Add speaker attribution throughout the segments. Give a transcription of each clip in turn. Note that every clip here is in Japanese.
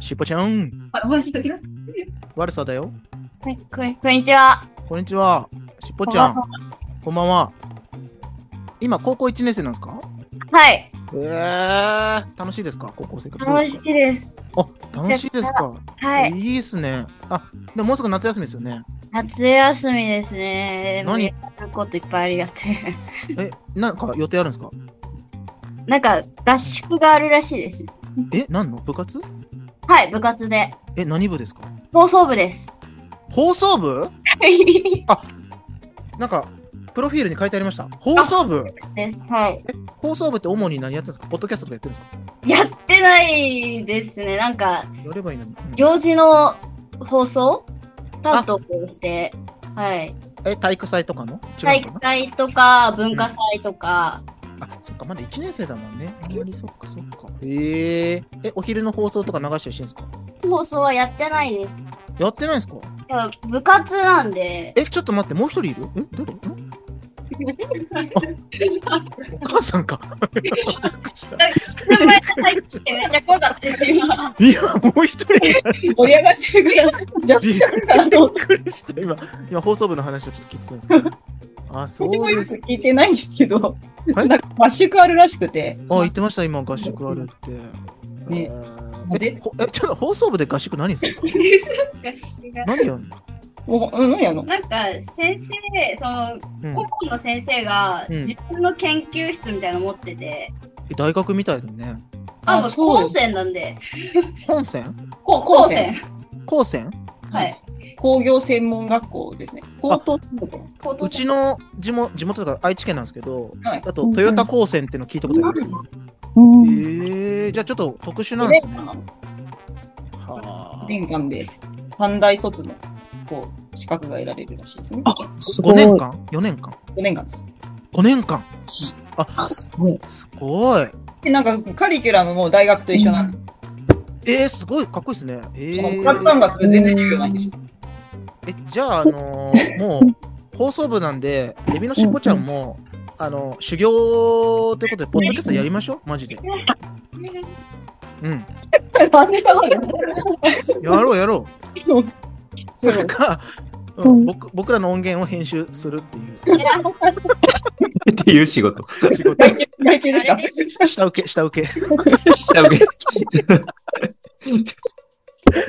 Speaker 1: しっぽちゃん、
Speaker 2: あ、お話しときます。
Speaker 1: 悪さだよ。
Speaker 2: はい、こんこんにちは。
Speaker 1: こんにちは。しっぽちゃん
Speaker 2: こ、
Speaker 1: こんばんは。今、高校1年生なんですか
Speaker 2: はい、
Speaker 1: えー、楽しいですか高校生活。
Speaker 2: 楽しいです。
Speaker 1: あ、楽しいですか。
Speaker 2: はい、
Speaker 1: いいですね。あ、でももうすぐ夏休みですよね。
Speaker 2: 夏休みですね。
Speaker 1: 何
Speaker 2: やることいっぱいありがて。
Speaker 1: え、なんか予定あるんですか
Speaker 2: なんか、合宿があるらしいです。
Speaker 1: え、何の部活
Speaker 2: はい、部活で。
Speaker 1: え、何部ですか
Speaker 2: 放送部です。
Speaker 1: 放送部
Speaker 2: で
Speaker 1: なんか、プロフィールに書いてありました。放送部
Speaker 2: す。はい。
Speaker 1: え、放送部って主に何やってるんですかポッドキャストとかやってるんです
Speaker 2: やってないですね。なんか、
Speaker 1: かやればいいのに。うん
Speaker 2: 行事の放送担当をして、はい。
Speaker 1: え、体育祭とかの違
Speaker 2: 体
Speaker 1: うの
Speaker 2: 育
Speaker 1: か
Speaker 2: 祭とか、文化祭とか、
Speaker 1: なあ、そっか、まだ1年生だもんね。あんまりそっかそっか。へえ。え、お昼の放送とか流したりしてるんですか
Speaker 2: 放送はやってないです。
Speaker 1: やってないんですか
Speaker 2: いや部活なんで、
Speaker 1: え、ちょっと待って、もう一人いるえ、誰んお母さんか。
Speaker 2: めっちゃ怖かったです、今。
Speaker 1: いや、もう一人いる。
Speaker 2: 盛り上がってるから、ジャ
Speaker 1: ッジ
Speaker 2: ャン
Speaker 1: び
Speaker 2: か
Speaker 1: っくりした今今放送部の話をちょっと聞いてたんですけ どあそうです
Speaker 3: 聞いてないんですけど、
Speaker 1: はい
Speaker 3: なんか合宿あるらしくて、
Speaker 1: あ言ってました今合宿あるって、え
Speaker 3: ね
Speaker 1: ー
Speaker 3: で
Speaker 1: えほえちょっと放送部で合宿何するの何やんの
Speaker 3: おうんやの
Speaker 2: なんか先生、その
Speaker 1: うん
Speaker 2: 顧問の先生が
Speaker 1: うん
Speaker 2: 自分の研究室みたいなの持ってて、
Speaker 1: え大学みたいだね
Speaker 2: あ、
Speaker 3: あ
Speaker 2: もう
Speaker 3: そう
Speaker 2: 高専なんで、
Speaker 1: 本線
Speaker 3: こ
Speaker 2: 高専、
Speaker 1: 高専
Speaker 2: はい。
Speaker 3: 工業専門学校ですね。高等専門学
Speaker 2: 高等
Speaker 1: うち
Speaker 2: 専
Speaker 1: の地元地元とか愛知県なんですけど、
Speaker 3: はい
Speaker 1: あと豊田高専っていうの聞いたことあります、
Speaker 3: 校。
Speaker 1: えー、じゃあちょっと特殊なんですね
Speaker 3: 1
Speaker 1: はあ
Speaker 3: 年間で短大卒のこう資格が得られるらしいですね。
Speaker 1: 5年間4年間
Speaker 3: 5年間です。
Speaker 1: 5年間
Speaker 3: あ、すごい。
Speaker 1: すごい
Speaker 3: で、なんかカリキュラムも大学と一緒なんです。
Speaker 1: えー、すごいかっこいいですねえー
Speaker 3: 2月3月で全然授業ないんです。
Speaker 1: えじゃあ、あの ーもう放送部なんで、エビのしっぽちゃんも、あの修行ということで、ポッドキャストやりましょう、マジで。うん、 やろうやろ う。それか、うん、僕僕らの音源を編集するってい
Speaker 4: っていう仕事。
Speaker 1: う仕事
Speaker 3: 外注外注ですか
Speaker 1: 下請け、下請け。
Speaker 4: 下請け。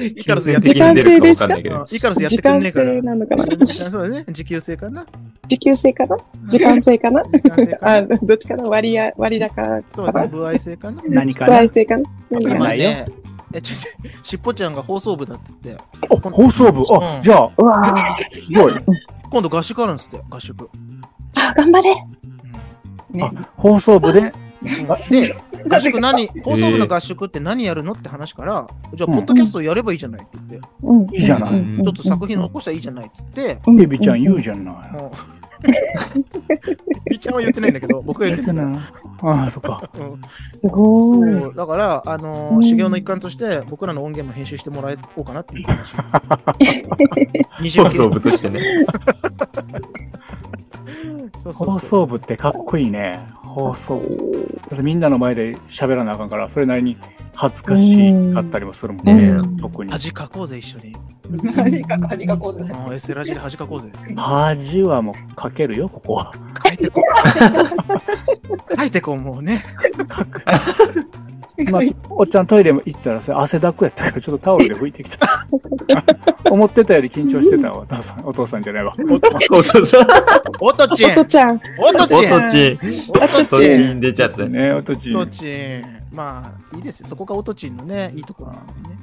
Speaker 1: イカロス やって
Speaker 4: 金銭的に出るかわかんないけど
Speaker 1: あイカロスやって
Speaker 5: 時
Speaker 1: くん
Speaker 5: 間
Speaker 1: ねえから
Speaker 5: 制。なのかな
Speaker 1: うんそうだね、時給制かな。
Speaker 5: 時給制かな時間制かな
Speaker 1: 時間制か
Speaker 5: あ
Speaker 1: な。
Speaker 5: どっちかな割合割高
Speaker 1: そう
Speaker 5: か
Speaker 1: だ
Speaker 5: な
Speaker 1: ね、部合制かな。
Speaker 4: 何かな
Speaker 5: 割合制かな何
Speaker 4: じ
Speaker 5: か
Speaker 4: ゃ
Speaker 5: な
Speaker 4: ないよ
Speaker 1: 今ねえ、ちょ、ちょ、しっぽちゃんが放送部だっつって、
Speaker 6: あ放送部あ、
Speaker 1: うん
Speaker 6: じゃあ、
Speaker 5: うわー
Speaker 6: すごい。
Speaker 1: 今度合宿あるんですって、合宿。
Speaker 5: あ頑張れ
Speaker 1: うん
Speaker 3: ね
Speaker 6: あ放送部で、
Speaker 1: で、合宿何、放送部の合宿って何やるのって話から、じゃあ、
Speaker 6: うん
Speaker 1: ポッドキャストやればいいじゃないって言って、
Speaker 5: うん
Speaker 6: いいじゃない
Speaker 5: うん
Speaker 1: ちょっと作品残したらいいじゃないって言って、
Speaker 5: うん
Speaker 6: エビちゃん言うじゃない。
Speaker 1: もう、みっちゃんは言ってないんだけ ど、僕が言
Speaker 6: 言
Speaker 1: っ
Speaker 6: う
Speaker 1: て
Speaker 6: じゃ
Speaker 1: る。
Speaker 6: ないああ、そっか。
Speaker 1: うん
Speaker 5: すごい
Speaker 1: そうだから、あのー
Speaker 5: うん
Speaker 1: 修行の一環として、僕らの音源も編集してもらおうかなっていう話。20
Speaker 4: 放送部としてね。
Speaker 1: そうそうそう
Speaker 6: 放送部ってかっこいいね。放送部。だってみんなの前で喋らなあかんから、それなりに恥ずかしかったりもするもんね
Speaker 5: うん。
Speaker 6: 特に。
Speaker 1: 恥かこうぜ、一緒に。
Speaker 3: 恥かか恥かこうぜ。
Speaker 1: うん、S ラジで恥かこうぜ。
Speaker 6: 恥はもうかけるよ、ここは。
Speaker 1: 書いてこう。書いてこう、もうね。
Speaker 6: まあ、おっちゃんトイレも行ったら、それ汗だくやったから、ちょっとタオルで拭いてきた。思ってたより緊張してたわ、お父さん。お父さんじゃないわ。
Speaker 4: そうそうそう。
Speaker 1: おっとちん
Speaker 5: おとちゃん
Speaker 1: おっとち
Speaker 4: お
Speaker 1: ん
Speaker 4: そちん。
Speaker 1: おっと
Speaker 4: そ
Speaker 1: ちん
Speaker 4: ちん出ちゃったね。
Speaker 6: ね、おとちん
Speaker 1: オ。トチン、まあいいですよ。そこがオトチンのね、いいところなんでね。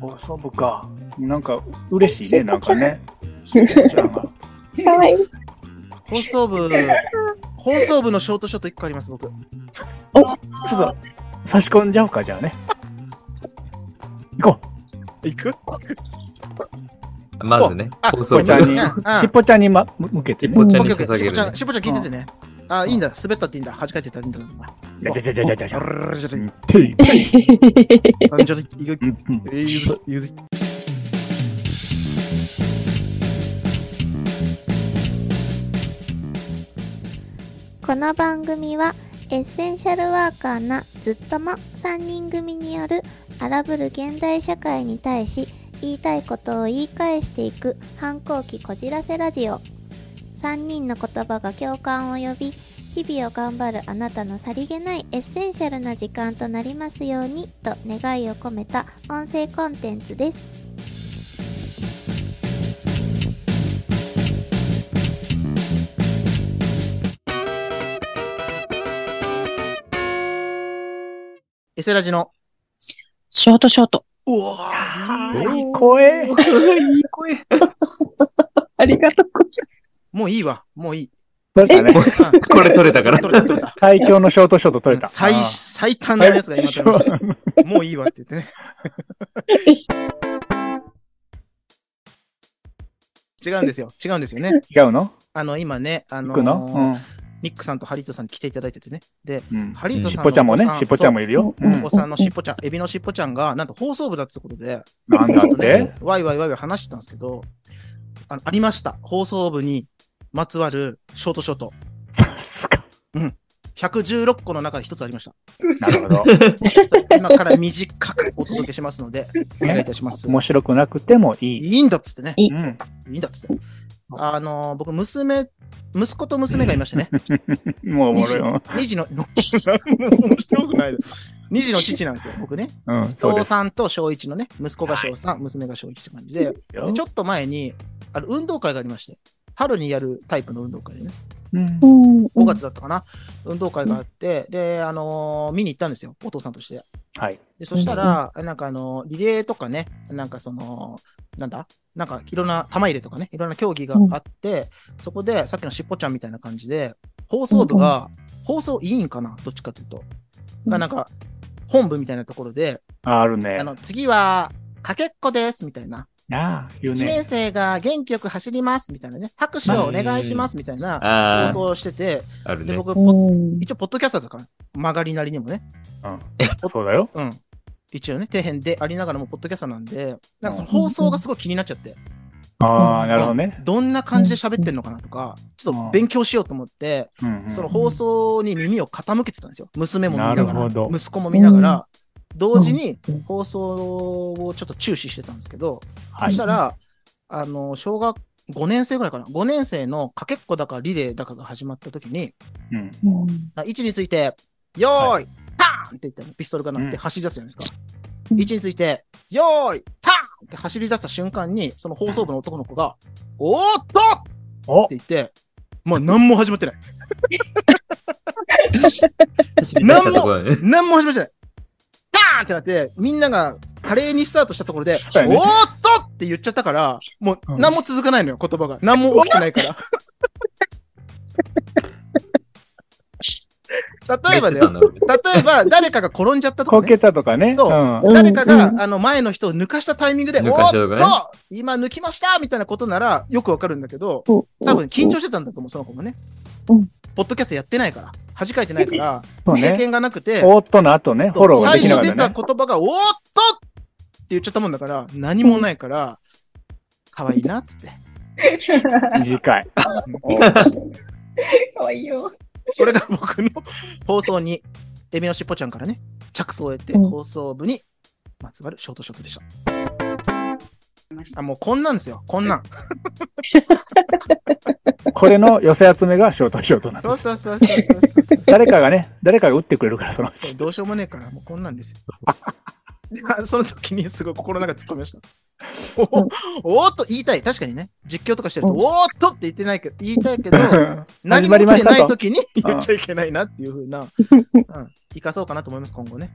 Speaker 6: 放送部か。なんか、嬉しいね、なんかね。
Speaker 5: かわいい
Speaker 1: 放送部、放送部のショートショット1個あります、僕。
Speaker 6: ちょっと、差し込んじゃおうか、じゃあね。行こう。
Speaker 1: いく
Speaker 4: まずね、放送
Speaker 6: ぽ
Speaker 4: 部
Speaker 6: ちゃんに
Speaker 1: うんうん、
Speaker 6: しっぽちゃんに、ま、向けてね
Speaker 4: しっぽ。ちゃん
Speaker 1: オッ
Speaker 4: に
Speaker 1: ケーオッケー
Speaker 4: 捧
Speaker 1: しっ
Speaker 4: げ
Speaker 1: ぽ
Speaker 4: る
Speaker 1: ちゃん、しっぽちゃん聞いててね。ああ、いいんだ。滑ったっていいんだ。恥かいてたっていいんだ。
Speaker 6: じゃじゃじゃじゃじゃじ
Speaker 1: ち
Speaker 6: ゃ。て
Speaker 1: ょっと、いく。
Speaker 6: うん
Speaker 1: えー、ゆず、ゆず。
Speaker 7: この番組はエッセンシャルワーカーなずっとも3人組による荒ぶる現代社会に対し言いたいことを言い返していく反抗期こじらせラジオ3人の言葉が共感を呼び日々を頑張るあなたのさりげないエッセンシャルな時間となりますようにと願いを込めた音声コンテンツです
Speaker 1: エセラジの。
Speaker 5: ショートショート。
Speaker 1: うわ
Speaker 6: いい声。
Speaker 3: いい声。
Speaker 5: ありがとうございます。
Speaker 1: もういいわ。もういい。
Speaker 6: 取れたね。
Speaker 1: うん
Speaker 4: これ取れたから
Speaker 1: 取れた取れた
Speaker 6: 最強のショートショート取れた。
Speaker 1: 最
Speaker 6: あー
Speaker 1: 最短のやつが今取れました。もういいわって言ってね。違うんですよ。違うんですよね。
Speaker 6: 違うの
Speaker 1: あの、今ね、あ
Speaker 6: 行
Speaker 1: の
Speaker 6: くの
Speaker 1: ニックさんとハリートさんに来ていただいててね。で、
Speaker 6: うんうん。
Speaker 1: ハリート
Speaker 4: し
Speaker 1: さんの
Speaker 6: しっぽちゃんもね
Speaker 1: お子、さ
Speaker 6: しっぽちゃんもいるよ。
Speaker 1: そうお
Speaker 6: ん
Speaker 1: 子さんのしっぽちゃん、エビのしっぽちゃんが、なんと放送部だってことで、
Speaker 6: なんだって
Speaker 1: ワイワイワイワイ話してたんですけど、あのありました。放送部にまつわるショートショート。
Speaker 6: さすが
Speaker 1: 116個の中で一つありました。
Speaker 6: なるほど。
Speaker 1: 今から短くお届けしますの で、お願いいたします。
Speaker 6: 面白くなくてもいい。
Speaker 1: いいんだっつってね。
Speaker 6: うん。
Speaker 1: いいんだっつって。あのー僕、娘、息子と娘がいましてね。
Speaker 6: もう おもろいよ。
Speaker 1: 2児の、 面白くないです2児の父なんですよ、僕ね。
Speaker 6: うん、 そう
Speaker 1: 小
Speaker 6: です
Speaker 1: 3と小1のね、息子が小3、娘が小1って感じで、で
Speaker 6: よ。
Speaker 1: ちょっと前に、あの、運動会がありまして、春にやるタイプの運動会でね、
Speaker 6: うん
Speaker 5: うん。
Speaker 1: 5月だったかな、運動会があって、で、あのー見に行ったんですよ、お父さんとして。
Speaker 6: はい。
Speaker 1: で、そしたら、なんかあの、リレーとかね、なんかその、なんだなんかいろんな玉入れとかね、いろんな競技があって、そこでさっきのしっぽちゃんみたいな感じで、放送部が、放送委員かなどっちかというと。
Speaker 5: う
Speaker 1: が
Speaker 5: ん
Speaker 1: なんか、本部みたいなところで、
Speaker 6: あるね
Speaker 1: あ。の、次は、かけっこです、みたいな。
Speaker 6: ああ、言う
Speaker 1: 1
Speaker 6: ね。
Speaker 1: 年生が元気よく走ります、みたいなね。拍手をお願いします、みたいな
Speaker 4: あ
Speaker 1: 放
Speaker 4: あ、
Speaker 1: 送をしてて、
Speaker 4: ある
Speaker 1: で、
Speaker 4: ね。
Speaker 1: 僕、ポッ
Speaker 5: うん
Speaker 1: 一応、ポッドキャスターだから、曲がりなりにもね。
Speaker 6: うんそうだよ。
Speaker 1: うん。一応ね、底辺でありながらも、ポッドキャスターなんで、なんかその放送がすごい気になっちゃって、
Speaker 6: ああ、なるほどね。
Speaker 1: どんな感じで喋ってんのかなとか、ちょっと勉強しようと思って、
Speaker 6: うんうん
Speaker 1: その放送に耳を傾けてたんですよ。娘も見なが
Speaker 6: なるほど
Speaker 1: ら、息子も見ながら、同時に放送をちょっと注視してたんですけど、
Speaker 6: は
Speaker 1: そ
Speaker 6: い
Speaker 1: したら、あの、小学5年生ぐらいかな、5年生のかけっこだかリレーだかが始まった時に、
Speaker 6: うん
Speaker 5: うん
Speaker 1: 位置について、よ
Speaker 6: は
Speaker 1: ーい、パーンって言って、ピストルが鳴っ
Speaker 6: う
Speaker 1: て
Speaker 6: ん
Speaker 1: 走り出すじゃないですか。
Speaker 5: うん
Speaker 1: 位置について、よーい、パーンって走り出した瞬間に、その放送部の男の子が、おーっとっ
Speaker 6: お
Speaker 1: て言って、まあ何も始まってない。
Speaker 4: 走り出したところだね。
Speaker 1: 何も始まってない。パーンってなって、みんなが華麗にスタートしたところで、お
Speaker 6: そうやね
Speaker 1: ーっとって言っちゃったから、もう何も続かないのよ、言葉が。何も起きてない から。例えばだ
Speaker 4: 入ってた
Speaker 1: よ
Speaker 4: ん。だろうね
Speaker 1: 例えば、誰かが転んじゃったとか、
Speaker 6: こ
Speaker 1: ね
Speaker 6: け、たとかね。
Speaker 1: そうん
Speaker 5: うん
Speaker 1: 誰かが、
Speaker 5: うん
Speaker 1: あの前の人を抜かしたタイミングで、
Speaker 4: 抜
Speaker 1: お
Speaker 4: かしたとかね
Speaker 1: ーっと今抜きましたみたいなことならよくわかるんだけど、多分緊張してたんだと思う、その子もね。
Speaker 5: うん
Speaker 1: ポッドキャストやってないから、恥かいてないから、
Speaker 6: そう
Speaker 1: 経
Speaker 6: ね。
Speaker 1: 験がなくて、
Speaker 6: おーっとの後ね、フォローがで
Speaker 1: 最
Speaker 6: きな
Speaker 1: 初
Speaker 6: かっ
Speaker 1: 出
Speaker 6: た
Speaker 1: た
Speaker 6: ね。
Speaker 1: 言葉が、おーっとって言っちゃったもんだから、何もないから、可愛いなっつって。
Speaker 6: 短い。
Speaker 3: かわいいよ。
Speaker 1: これが僕の放送に、エビのしっぽちゃんからね、着想を得て、
Speaker 5: うん
Speaker 1: 放送部にまつわるショートショートでした。あ、もうこんなんですよ、こんなん。
Speaker 6: これの寄せ集めがショートショートなん
Speaker 1: そう
Speaker 6: です。
Speaker 1: そうそうそうそうそう
Speaker 6: 誰かがね、誰かが打ってくれるから、そのう ち。
Speaker 1: どうしようもねえから、もうこんなん ですよ。であその時にすごい心の中突っ込みました。おおーっと言いたい。確かにね、実況とかしてると、
Speaker 5: うん
Speaker 1: おーっとって言ってないけど、言いたいけど、何
Speaker 6: 始
Speaker 1: も起き
Speaker 6: まりま
Speaker 1: て
Speaker 6: し
Speaker 1: ない
Speaker 6: たと。
Speaker 1: 時に言っちゃいけないなっていうふうな、うん、生かそうかなと思います、今後ね。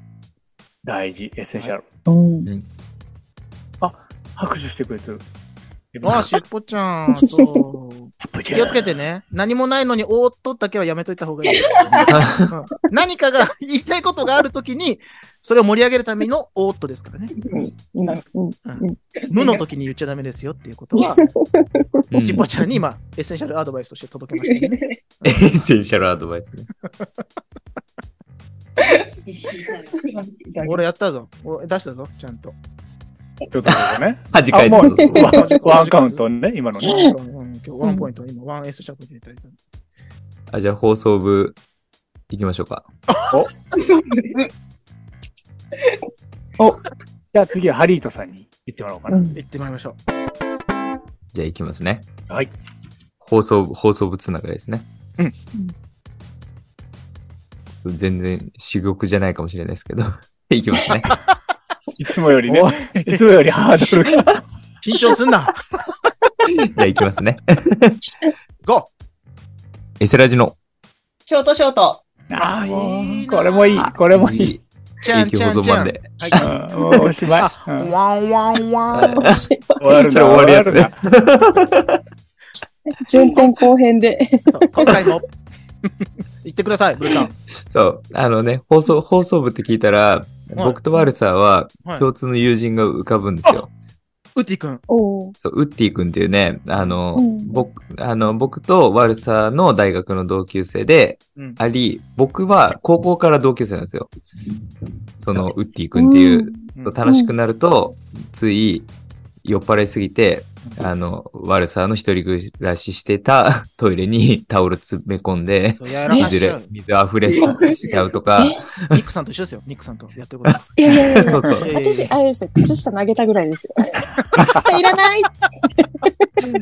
Speaker 6: 大事、エッセンシャル。
Speaker 5: うん
Speaker 6: 拍手してくれてる。
Speaker 1: ああ、しっぽちゃん。そう
Speaker 6: プチ
Speaker 1: 気をつ
Speaker 6: ュ
Speaker 1: けてね。何もないのに、おーっとだけはやめといた方がい い。うん何かが言いたいことがあるときに、それを盛り上げるためのおーっとですからね。
Speaker 5: うんうん
Speaker 1: 無の時に言っちゃダメですよっていうことは、
Speaker 4: うん
Speaker 1: しっぽちゃんに今、エッセンシャルアドバイスとして届けましたよね。
Speaker 4: エッセンシャルアドバイスね。
Speaker 1: 俺やったぞ。俺出したぞ、ちゃんと。
Speaker 6: ちょっと待ってね。
Speaker 4: 恥かいてるぞ
Speaker 6: ワンワンカウントね、今のね。
Speaker 1: 今日ワンポイント、今、ワンエッセンシャルでいただいた。
Speaker 4: あ、じゃあ放送部行きましょうか。
Speaker 6: じゃあ次はハリートさんに言ってもらおうかな。
Speaker 5: うん
Speaker 1: 行ってまいりましょう。
Speaker 4: じゃあ行きますね。
Speaker 6: はい。
Speaker 4: 放送部、放送部つながりですね。
Speaker 1: うんうん
Speaker 4: ちょっと全然主玉じゃないかもしれないですけど。 行きますね。
Speaker 6: いつもよりね
Speaker 1: おい、
Speaker 6: いつもよりハードルが。
Speaker 1: 緊張すん な
Speaker 4: じゃあ行きますね。
Speaker 1: !GO!
Speaker 4: エセラジの
Speaker 3: ショートショート。
Speaker 1: あいいな
Speaker 6: これもいい、これもいい。
Speaker 4: い
Speaker 1: ちゃん
Speaker 4: 永久
Speaker 1: ちゃ
Speaker 4: 保
Speaker 1: ん
Speaker 4: 存
Speaker 1: ちゃ
Speaker 4: 版
Speaker 1: ん。
Speaker 4: で。
Speaker 1: は
Speaker 6: うんもうおしまい。
Speaker 1: い。
Speaker 6: うん
Speaker 1: ワンワンワ ン。
Speaker 6: 終わる
Speaker 4: それ
Speaker 6: な、
Speaker 4: 終わるやつ
Speaker 6: 終
Speaker 4: ね
Speaker 6: わ。
Speaker 5: 前編後編で。
Speaker 1: そう今回も。行ってください、ブルーちゃん。
Speaker 4: そう。あのね、放送、放送部って聞いたら、僕とワルサーは
Speaker 1: はい
Speaker 4: 共通の友人が浮かぶんですよ。
Speaker 1: ウッディ君。
Speaker 5: おー
Speaker 4: そう、ウッディ君っていうね、あの、
Speaker 5: うん
Speaker 4: 僕、あの、僕とワルサーの大学の同級生で
Speaker 1: うん
Speaker 4: あり、僕は高校から同級生なんですよ。その、ウッディ君っていう、
Speaker 1: うん
Speaker 4: 楽しくなると、つい酔っ払いすぎて、あの、ワルサーの一人暮らししてたトイレにタオル詰め込んで、
Speaker 1: そうやらかし
Speaker 4: 水
Speaker 1: ちゃ
Speaker 4: で
Speaker 1: う。
Speaker 4: 水溢れしちゃうとか、
Speaker 1: ニックさんと一緒ですよ。ニックさんとやってることです。
Speaker 5: いやいやいやい
Speaker 4: そ
Speaker 5: や
Speaker 4: う。 そう。
Speaker 5: 私、あれですよ、靴下投げたぐらいですよ。靴下いらない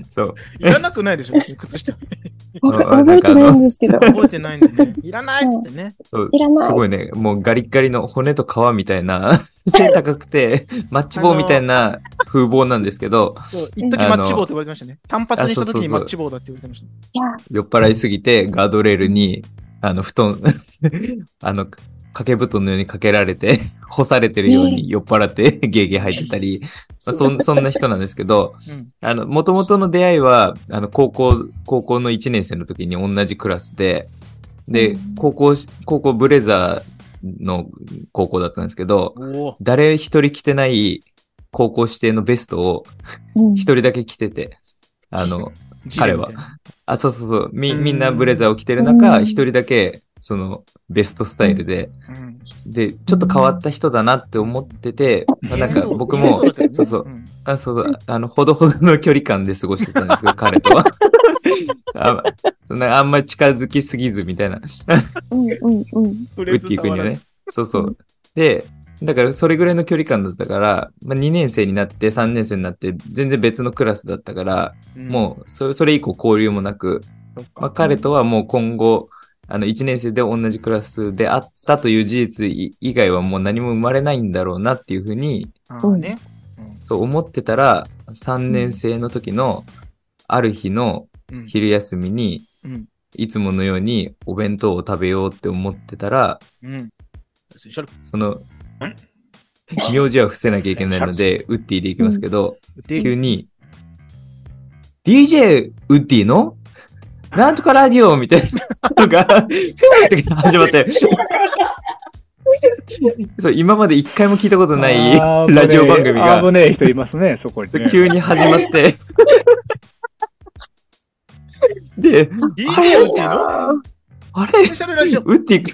Speaker 4: そう。
Speaker 1: いらなくないでしょ、別に靴下。
Speaker 5: 僕
Speaker 4: あ
Speaker 5: 覚えてないんですけど。
Speaker 1: 覚えてないんでね。いらないっつってね。
Speaker 4: そう
Speaker 5: いらない
Speaker 4: すごいね、もうガリッガリの骨と皮みたいな、 背高くて、マッチ棒みたいな風貌なんですけど、
Speaker 1: そう 一時マッチ棒って言われてましたね。単発にした時にマッチ棒だって言われてましたね。
Speaker 5: いや、
Speaker 4: 酔っ払いすぎてガードレールに、あの、布団、 あの、掛け布団のようにかけられて、 干されてるように酔っ払ってゲーゲー入ってたり、まあそんそんな人なんですけど、
Speaker 1: うん
Speaker 4: あの、元々の出会いは、あの、高校、高校の1年生の時に同じクラスで、で、高校し、高校ブレザーの高校だったんですけど、
Speaker 1: おお。
Speaker 4: 誰一人着てない高校指定のベストを
Speaker 5: うん
Speaker 4: 一人だけ着てて、あの、彼 は
Speaker 1: ジレみたいな。
Speaker 4: あ、そうそうそう、み、
Speaker 1: うん
Speaker 4: みんなブレザーを着てる中、
Speaker 5: うん
Speaker 4: 一人だけ、その、ベストスタイルで、
Speaker 1: うん
Speaker 4: で、ちょっと変わった人だなって思ってて、まあなんか僕も、
Speaker 1: そうだけどね
Speaker 4: そうそう
Speaker 1: うん
Speaker 4: あ、そうそう、あの、ほどほどの距離感で過ごしてたんですけど、彼 とは。あそんなあんまり近づきすぎずみたいな、
Speaker 5: うんうんうん。
Speaker 1: とりあ
Speaker 4: ウ
Speaker 1: え
Speaker 4: ッ
Speaker 1: ず
Speaker 4: ディ君
Speaker 1: 触
Speaker 4: に
Speaker 1: ら
Speaker 4: はね
Speaker 1: ず。。
Speaker 4: そうそう。で、だからそれぐらいの距離感だったから、まあ、2年生になって3年生になって全然別のクラスだったから、もうそれそれ以降交流もなく、
Speaker 1: うん、そっ
Speaker 4: まあ、
Speaker 1: か
Speaker 4: 彼とはもう今後、あの1年生で同じクラスであったという事実以以外はもう何も生まれないんだろうなっていうふうに
Speaker 1: あーね。
Speaker 4: そう思ってたら、3年生の時のある日の
Speaker 1: うん
Speaker 4: 昼休みに、
Speaker 1: うん
Speaker 4: いつものようにお弁当を食べようって思ってたら、
Speaker 1: うん。一緒に
Speaker 4: その、名字は伏せなきゃいけないので、ウッディでいきますけど、
Speaker 1: で
Speaker 4: 急に、DJ ウッディのなんとかラジオみたいなのが、ふーって始まって、そう今まで一回も聞いたことない
Speaker 6: あー
Speaker 4: ラジオ番組が
Speaker 6: 危、ねえ人いますね、そこに、ね。
Speaker 4: 急に始ま って、で、
Speaker 1: DJ っていうの
Speaker 4: あれ
Speaker 1: スペシャルラジオ。
Speaker 4: 打っていく、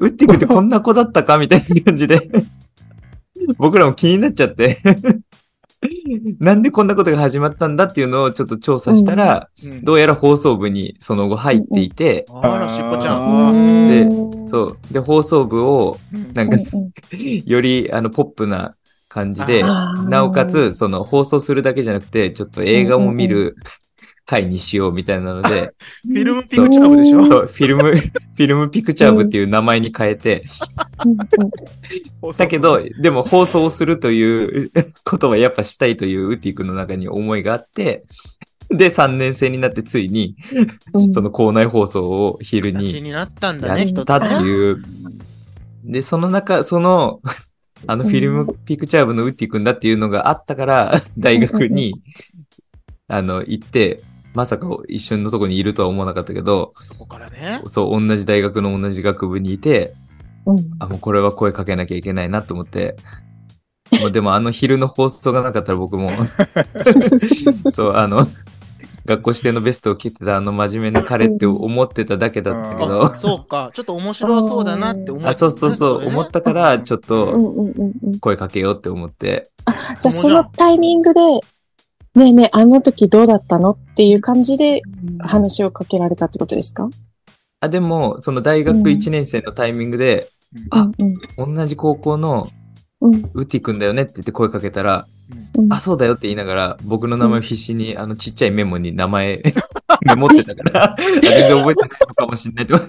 Speaker 4: 打っていくってこんな子だったかみたいな感じで、 僕らも気になっちゃって、 なんでこんなことが始まったんだっていうのをちょっと調査したら、
Speaker 1: うん
Speaker 4: どうやら放送部にその後入っていて、
Speaker 1: あら、しっぽちゃん。
Speaker 6: あー
Speaker 4: で
Speaker 5: うん
Speaker 4: そう。で、放送部を、なんか、 よりあのポップな感じで、なおか、
Speaker 5: うんうん
Speaker 4: つ、その放送するだけじゃなくて、ちょっと映画も見る回にしようみたいなので、
Speaker 1: フィルムピクチャー部でし
Speaker 5: う
Speaker 1: ょ
Speaker 5: ん
Speaker 4: そうフィルム、フィルムピクチャー部っていう名前に変えて、だけど、でも放送をするという ことはやっぱしたいというウッディ君の中に思いがあって、で、3年生になってついに、
Speaker 5: うん
Speaker 4: その校内放送を昼
Speaker 1: 形
Speaker 4: に
Speaker 1: になったんだ
Speaker 4: や
Speaker 1: ね、一
Speaker 4: っ
Speaker 1: つ
Speaker 4: たって
Speaker 1: ね。
Speaker 4: いう。で、その中、その、 あの、フィルムピクチャー部のウッディ君だっていうのがあっ たから、大学に、あの、行って、まさか一緒のとこにいるとは思わなかったけど、
Speaker 1: そこからね。
Speaker 4: そう、同じ大学の同じ学部にいて、
Speaker 5: うん
Speaker 4: あ、もうこれは声かけなきゃいけないなと思って。もうでもあの昼の放送がなかったら僕も、 そう、あの、学校指定のベストを着てたあの真面目な彼って思ってただけだったけ
Speaker 6: うん
Speaker 4: ど
Speaker 1: あ、、そうか。ちょっと面白そうだなって思った。
Speaker 4: あ、そうそうそう、思ったからちょっ
Speaker 5: う
Speaker 4: と
Speaker 5: んうんうんうん。
Speaker 4: 声かけようって思って、
Speaker 5: じゃあそのタイミングで、ねえねえ、あの時どうだったのっていう感じで話をかけられたってことですか
Speaker 4: あ、でも、その大学1年生のタイミングで、あ同じ高校の
Speaker 5: うん
Speaker 4: ウッディくんだよねって言って声かけたら、
Speaker 5: うん
Speaker 4: あ、そうだよって言いながら、僕の名前を必死に、あの、ちっちゃいメモに名前 メモってたから、あ全然覚えてないのかもしんないって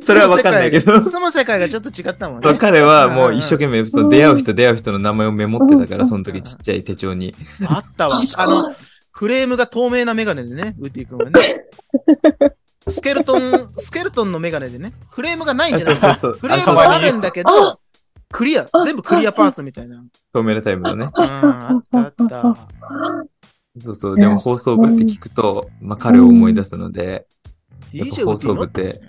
Speaker 4: それはわかんないけど、
Speaker 1: 住む世界がちょっと違ったもんね。
Speaker 4: 彼はもう一生懸命、その出会う人、出会う人の名前をメモってたか
Speaker 5: う
Speaker 4: ら、
Speaker 5: ん
Speaker 4: その時ちっちゃい手帳に。
Speaker 1: あったわ。あの、フレームが透明なメガネでね、ウッディ君は ね。スケルトン、スケルトンのメガネでね、フレームがないんじゃな
Speaker 4: そ
Speaker 1: いう
Speaker 4: そうそう。
Speaker 1: フレームがあるんだけど
Speaker 5: あ、
Speaker 1: クリア、全部クリアパーツみたいな。うん、
Speaker 4: 透明なタイムのね。
Speaker 1: あったあった。
Speaker 4: そうそう。でも放送部って聞くと、まあ彼を思い出すので、やっぱ
Speaker 1: DJ
Speaker 4: 放
Speaker 1: ウッディ
Speaker 4: 送部
Speaker 1: の
Speaker 4: って、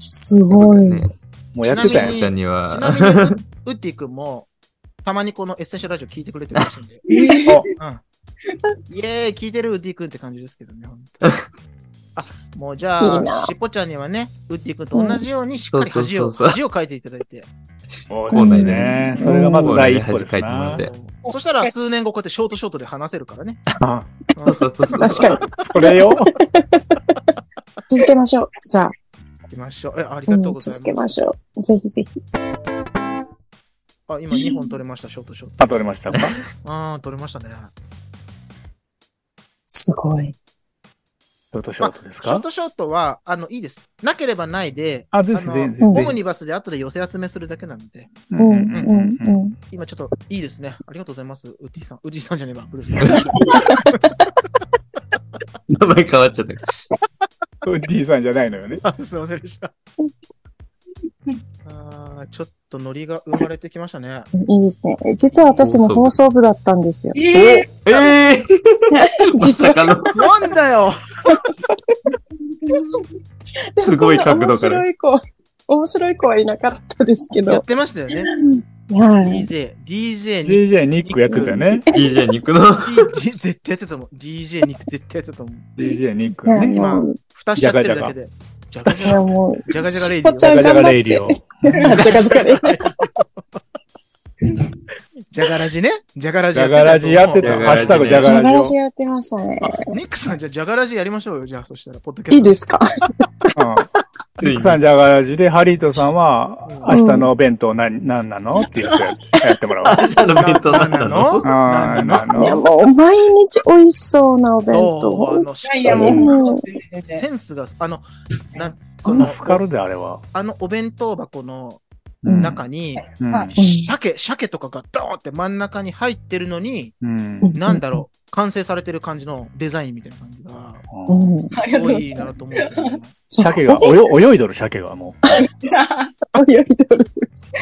Speaker 5: すごい。
Speaker 4: ね、
Speaker 6: もうやってた
Speaker 1: ちなみ
Speaker 6: よ。
Speaker 1: に
Speaker 4: ちゃんに
Speaker 1: ち
Speaker 4: は
Speaker 1: な、みに、ウッウッディ君も、たまにこのエッセンシャルラジオ聞いてくれてるらしいん で、うん、イエーイ、聞いてるウッディ君って感じですけどね、本当 にあ、もうじゃ
Speaker 5: いいな
Speaker 1: あ、しっぽちゃんにはね、ウッディ君と同じようにしっかり恥を、
Speaker 4: うんそうそうそうそう
Speaker 1: 恥をかいていただいて、
Speaker 6: そうですね。それがまず第一歩です
Speaker 4: コーナー
Speaker 6: な
Speaker 4: で。
Speaker 1: そしたら数年後こうやってショートショートで話せるからね。
Speaker 6: あ
Speaker 1: うん
Speaker 4: そうそうそう。
Speaker 5: 確かに。
Speaker 6: それよ。
Speaker 5: 続けましょう。じゃあ、
Speaker 1: 行きましょう。え、あり
Speaker 5: う
Speaker 1: が
Speaker 5: ん
Speaker 1: とうございます。
Speaker 5: 続けましょう。ぜひぜひ。
Speaker 1: あ、今2本取れました、ショートショート。
Speaker 6: あ、取れましたか
Speaker 1: あー、取れましたね。
Speaker 5: すごい。
Speaker 6: ショートショートです
Speaker 1: ショー
Speaker 6: か
Speaker 1: トショートは、あの、いいです。なければないで、
Speaker 6: あ、です、
Speaker 1: あの
Speaker 6: 全然。
Speaker 1: オム
Speaker 6: 全然
Speaker 1: ニバスで後で寄せ集めするだけなので。
Speaker 6: う
Speaker 5: うん
Speaker 6: ん
Speaker 5: う
Speaker 6: うんう
Speaker 5: ん
Speaker 6: んうん
Speaker 5: うん。
Speaker 1: 今ちょっといいですね。ありがとうございます。ウッディさん。ウッディさんじゃねえわ、ブルース。
Speaker 4: 名前変わっちゃった。
Speaker 6: ウッディさんじゃないのよね。
Speaker 1: あすいませんでした。あーちょっとノリが生まれてきましたね。
Speaker 5: いいですね。え実は私も放
Speaker 4: 放
Speaker 5: 送部だったんですよ。
Speaker 2: え
Speaker 4: ええー、 ま
Speaker 5: 実
Speaker 4: さ
Speaker 5: は。
Speaker 4: かの、
Speaker 1: なんだ よ
Speaker 4: すごい角度から
Speaker 5: 面白い子、面白い子はいなかったですけ
Speaker 1: やっ
Speaker 5: ど。
Speaker 1: てましたよね。
Speaker 5: はい。
Speaker 1: DJ、DJ に、
Speaker 6: JJ ニックやってたよね。
Speaker 4: DJ 肉の。
Speaker 1: DJ 絶対やってたと思う。DJ に絶対やってたと思う。
Speaker 6: JJ ニック
Speaker 5: いや
Speaker 6: ね。
Speaker 1: 今
Speaker 5: もう、
Speaker 1: 蓋しちゃってるだけで。じゃが
Speaker 5: い
Speaker 1: じ
Speaker 5: や
Speaker 1: ゃが
Speaker 5: もう、
Speaker 1: じゃがじゃがレイデ
Speaker 5: しっぽちゃ
Speaker 1: ィ
Speaker 5: ん
Speaker 6: ジャ
Speaker 5: が
Speaker 6: ガジャガレイディオ。
Speaker 5: じゃがじゃがレイディ
Speaker 1: オ。じゃがらじね。じゃがらじ
Speaker 6: ジャガラジやって
Speaker 4: ジ
Speaker 6: た。
Speaker 4: ャガラジね
Speaker 6: ハッシュタグジャ
Speaker 5: じゃ
Speaker 6: ガ
Speaker 5: が
Speaker 6: ラ
Speaker 5: ら
Speaker 6: ジ
Speaker 5: し
Speaker 6: を。
Speaker 5: やってましたね。
Speaker 1: ニックさん、じゃあじゃがらじやりましょうよ。じゃあ、そしたら、ポッドキャ
Speaker 5: いい
Speaker 1: スト。
Speaker 5: ですか
Speaker 4: つ
Speaker 6: ニ
Speaker 4: い
Speaker 6: ッ
Speaker 4: に
Speaker 6: クさんジャガラジで、ハリートさんは、明日のお弁当何、何なのっていうやつやってもらおう。
Speaker 4: 明日の弁当
Speaker 1: な
Speaker 4: 何
Speaker 1: んなの
Speaker 4: なの
Speaker 6: あ
Speaker 1: な
Speaker 6: ー
Speaker 1: んな
Speaker 6: な
Speaker 1: の
Speaker 6: んない
Speaker 5: や
Speaker 6: の
Speaker 5: もう、毎日美味しそうなお
Speaker 1: そ
Speaker 5: 弁
Speaker 1: う、あ
Speaker 5: 当。
Speaker 1: の、し
Speaker 3: いやいや、
Speaker 5: う
Speaker 3: もう、全然
Speaker 1: センスが、あの、なん
Speaker 6: そ
Speaker 1: そ
Speaker 6: んな
Speaker 1: の、
Speaker 6: スカルであれは。
Speaker 1: あのお弁当箱の
Speaker 6: うん
Speaker 1: 中に、
Speaker 6: うん
Speaker 3: はい
Speaker 1: 鮭、鮭とかがドーンって真ん中に入ってるのに、
Speaker 6: うん
Speaker 5: うん
Speaker 1: なんだろう、完成されてる感じのデザインみたいな感じが、
Speaker 5: うん。
Speaker 1: すごいいいなと思うんですよね。
Speaker 6: 鮭が、およ泳いどる鮭がもう、
Speaker 5: お料理とる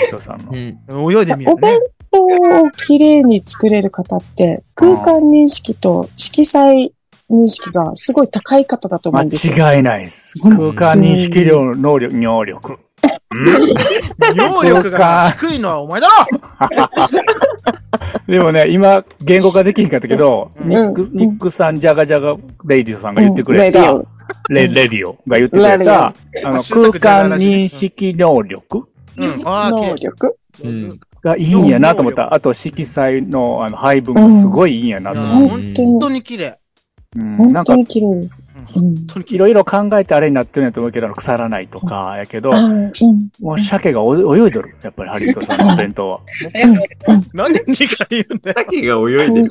Speaker 6: 人さんの
Speaker 4: う。ん。
Speaker 1: 泳いでみる
Speaker 5: お弁
Speaker 1: ね。
Speaker 5: 当をきれいに作れる方って、空間認識と色彩認識がすごい高い方だと思うんですよ。
Speaker 6: 間違いないです。空間認識量、能力、能力。
Speaker 1: 能力が低いのはお前だろ
Speaker 6: でもね、今、言語化できんかったけど、
Speaker 1: うん
Speaker 6: ニック、ニックさん、ジャガジャガ、レディオさんが言ってくれ
Speaker 5: レディ
Speaker 6: た
Speaker 5: オ、
Speaker 6: レ、レディオが言ってくれ
Speaker 5: レディオ
Speaker 6: た、あの、
Speaker 1: シュート
Speaker 6: 空
Speaker 1: クジャガ
Speaker 6: 間
Speaker 1: ラジね
Speaker 6: 認識能力
Speaker 1: うん、ああ、綺
Speaker 5: 能
Speaker 1: 麗
Speaker 5: 力
Speaker 4: うん
Speaker 6: がいいんやなと思った。あと、色彩の、あの、配分がすごいいいんやなと
Speaker 1: うん
Speaker 6: 思
Speaker 1: い
Speaker 6: っ
Speaker 1: や
Speaker 5: 本当
Speaker 1: 本
Speaker 5: に
Speaker 1: 当、に綺麗。
Speaker 6: た。うんな
Speaker 5: 本
Speaker 6: んか
Speaker 5: 当、に綺麗です。
Speaker 1: うん
Speaker 5: う
Speaker 1: 本
Speaker 5: ん。
Speaker 1: 当に綺麗。
Speaker 6: いろいろ考えてあれになってるんやと思うけど、あの腐らないとか、やけど、
Speaker 5: はいうん
Speaker 6: もう鮭がお泳いどる。やっぱりハリウッドさんのお弁当は。
Speaker 1: なんで2回言うんだよ。
Speaker 4: 鮭が泳いでる。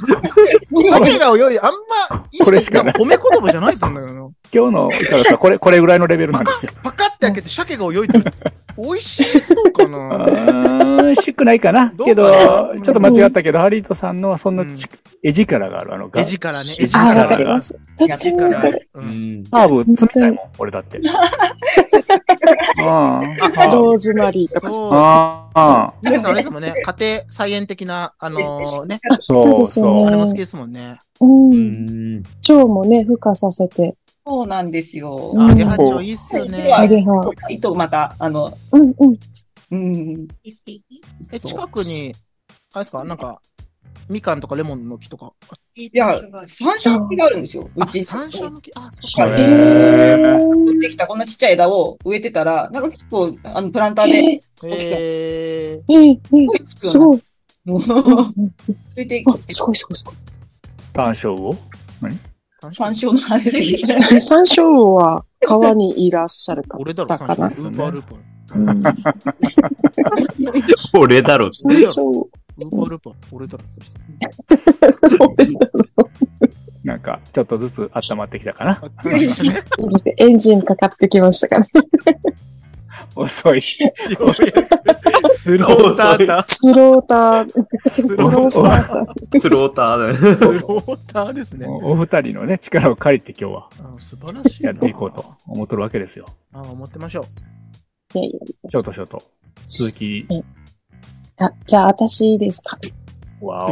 Speaker 1: 鮭が泳いで、あんま、いい
Speaker 6: これしかない
Speaker 1: ん褒め言葉じゃないと思うんだよな。
Speaker 6: 今日の、だからこれ、これぐらいのレベルなんですよ。
Speaker 1: パカって開けて鮭が泳いでるやつ。美味しそうか
Speaker 6: う
Speaker 1: な。
Speaker 6: ーん、しくないかな。
Speaker 1: どう
Speaker 6: けど、ちょ
Speaker 1: か
Speaker 6: っ
Speaker 1: な
Speaker 6: と間違ったけど、ハリウッドさんのはそんなち
Speaker 1: う
Speaker 6: 絵力がある。あの、
Speaker 1: 絵力ね。絵
Speaker 5: あ
Speaker 1: 力
Speaker 5: ー、わかり
Speaker 1: が。
Speaker 5: ます。とってもわかる。
Speaker 1: う
Speaker 4: うんん。
Speaker 6: ハーブ冷たいもん、俺だって。うん。あ
Speaker 5: ローズマリーとか。
Speaker 1: そう。
Speaker 6: あ。あ
Speaker 1: なんかさあれですも んね、家庭菜園的な、あのーね、
Speaker 6: あ。
Speaker 5: そう
Speaker 6: そ
Speaker 5: で
Speaker 6: う
Speaker 5: すよ
Speaker 6: そ
Speaker 1: あ
Speaker 5: ね
Speaker 6: う。
Speaker 1: れも好きですもんね。
Speaker 5: う。
Speaker 4: うんん。
Speaker 5: 腸もね、孵化させて。
Speaker 3: そうなんですよ。
Speaker 5: うん
Speaker 1: あげはちょいいっすよ
Speaker 5: ア
Speaker 1: ね。
Speaker 5: ゲハ。
Speaker 3: と、また、あの、
Speaker 5: うんうん。
Speaker 3: うん、
Speaker 1: え、近くに、あれですか、なんか、みかんとかレモンの木とか。
Speaker 2: い
Speaker 3: いや、山椒があるんですよ。う
Speaker 1: あ、
Speaker 3: ち、
Speaker 1: 山椒の木。あ、そ
Speaker 3: は
Speaker 1: う
Speaker 3: い
Speaker 1: か。
Speaker 6: へー
Speaker 3: 取ってきたこんなちっちゃい枝を植えてたら、なんか結構、あの、プランターで、
Speaker 1: えー、
Speaker 5: えーえー
Speaker 3: こいつく
Speaker 5: す
Speaker 3: よ
Speaker 5: ごい。
Speaker 3: うな。もう、
Speaker 5: うん
Speaker 3: ついてき
Speaker 5: あ
Speaker 3: て、
Speaker 5: すごいすごいすごい。
Speaker 6: 単勝を
Speaker 1: 単
Speaker 3: 山椒のアレルギーじゃない。
Speaker 5: で山椒魚は川にいらっしゃるか
Speaker 1: 俺だろ、
Speaker 5: だ
Speaker 1: 三
Speaker 5: か
Speaker 1: 椒。
Speaker 5: ら
Speaker 1: ウーパールーパー。
Speaker 5: うん山
Speaker 4: 俺だろって。
Speaker 5: 椒
Speaker 1: ウーパールーパー、俺だろ。そして
Speaker 6: なんか、ちょっとずつ温まってきたかな。
Speaker 1: ね
Speaker 5: いいですねエンジンかかってきましたから、ね。
Speaker 6: 遅い。
Speaker 1: スロースターター。
Speaker 5: スローター、スロースターター。
Speaker 4: スロータ ー
Speaker 1: ス
Speaker 4: だ
Speaker 1: ロ
Speaker 4: ね。
Speaker 1: ーターですね。
Speaker 6: お二人のね、力を借りて今日は
Speaker 1: あの素晴らしいな。
Speaker 6: やっていこうと思っとるわけですよ。
Speaker 1: あ思ってましょう。
Speaker 5: いやいや
Speaker 6: ショートショート。続き。
Speaker 5: あじゃあ、私いいですか。
Speaker 6: わ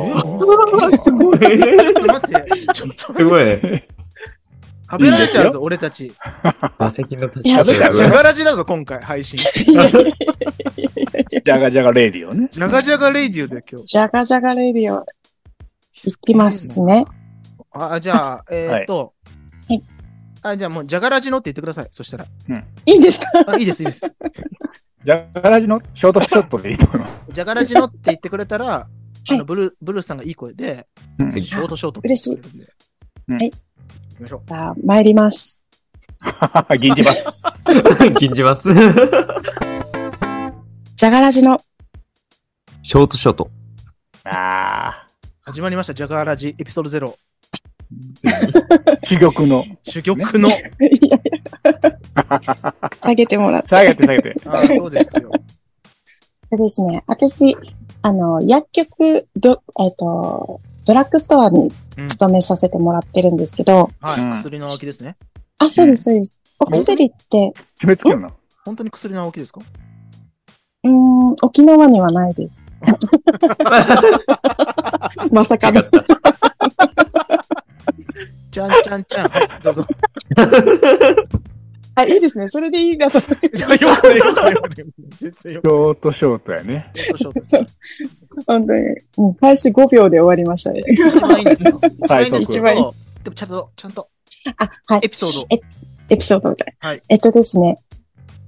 Speaker 1: え
Speaker 6: すごい。
Speaker 1: ちょっと待って、ちょっと待
Speaker 4: す
Speaker 1: って
Speaker 4: ごいね。
Speaker 1: 食べられちゃうぞ、俺たち。
Speaker 4: 馬石の立
Speaker 5: い
Speaker 4: ち
Speaker 5: や
Speaker 4: 方
Speaker 1: 食べ
Speaker 4: が
Speaker 1: られちゃう。じゃがらじだぞ、今回、配信。
Speaker 5: いやいやいやいや
Speaker 6: ジャガジャガレディオね。
Speaker 1: じゃがじゃがレイディオで今日。
Speaker 5: じゃがじゃがレディオ、いきますね。
Speaker 1: あ、じゃあ、えっと
Speaker 5: はい。
Speaker 1: あ、じゃあもう、じゃがらじのって言ってください。そしたら。
Speaker 5: いいんですか
Speaker 1: あ、いいです、いいです。
Speaker 6: ジャガラジのショートショットでいいと思います。
Speaker 1: じゃがらじのって言ってくれたら、あ
Speaker 5: は
Speaker 1: のブルーブルースさんがいい声で、
Speaker 6: うん
Speaker 1: ショートショート。
Speaker 5: 嬉しい。
Speaker 6: うん
Speaker 5: はい。
Speaker 1: 行きましょう。
Speaker 5: じゃあ、参ります。
Speaker 6: 銀じます。
Speaker 4: 銀じます。
Speaker 5: じゃがらじ の、
Speaker 4: ショートショート。
Speaker 6: あ
Speaker 1: 始まりました、じゃがらじエピソード0。
Speaker 6: あ。珠玉の。
Speaker 1: 珠玉の。
Speaker 5: 下げてもらって。
Speaker 6: 下げて下げて。
Speaker 1: あ、そうですよ。
Speaker 5: そうですね。私、あの、薬局、ど、えっ、と、ドラッグストアに勤めさせてもらってるんですけど、
Speaker 1: は
Speaker 6: う
Speaker 1: い。
Speaker 6: ん
Speaker 1: 薬の青木ですね。
Speaker 5: あ、そうです、そうです。お薬って、
Speaker 6: 決めつけるな。
Speaker 1: 本当に薬の青木ですか
Speaker 5: うーん、沖縄にはない です。まさか
Speaker 4: 違
Speaker 5: の。
Speaker 4: った。
Speaker 1: ちゃんちゃんちゃん。はい、どうぞ。
Speaker 5: あ、いいですね。それでいいなと。
Speaker 1: いや、よくないよくないよくない全然よく
Speaker 6: ショートショートやね。
Speaker 1: ないショートショートですよ。
Speaker 5: 本当に。うん、開始5秒で終わりましたね。
Speaker 1: 一番いいんですよ。一番いいんです
Speaker 5: 一
Speaker 1: よ。
Speaker 5: 番いい
Speaker 1: でもちゃんと、ちゃんと、
Speaker 5: あ、はい。
Speaker 1: エピソード。
Speaker 5: エピソードみたいな。
Speaker 1: はい
Speaker 5: えっとですね、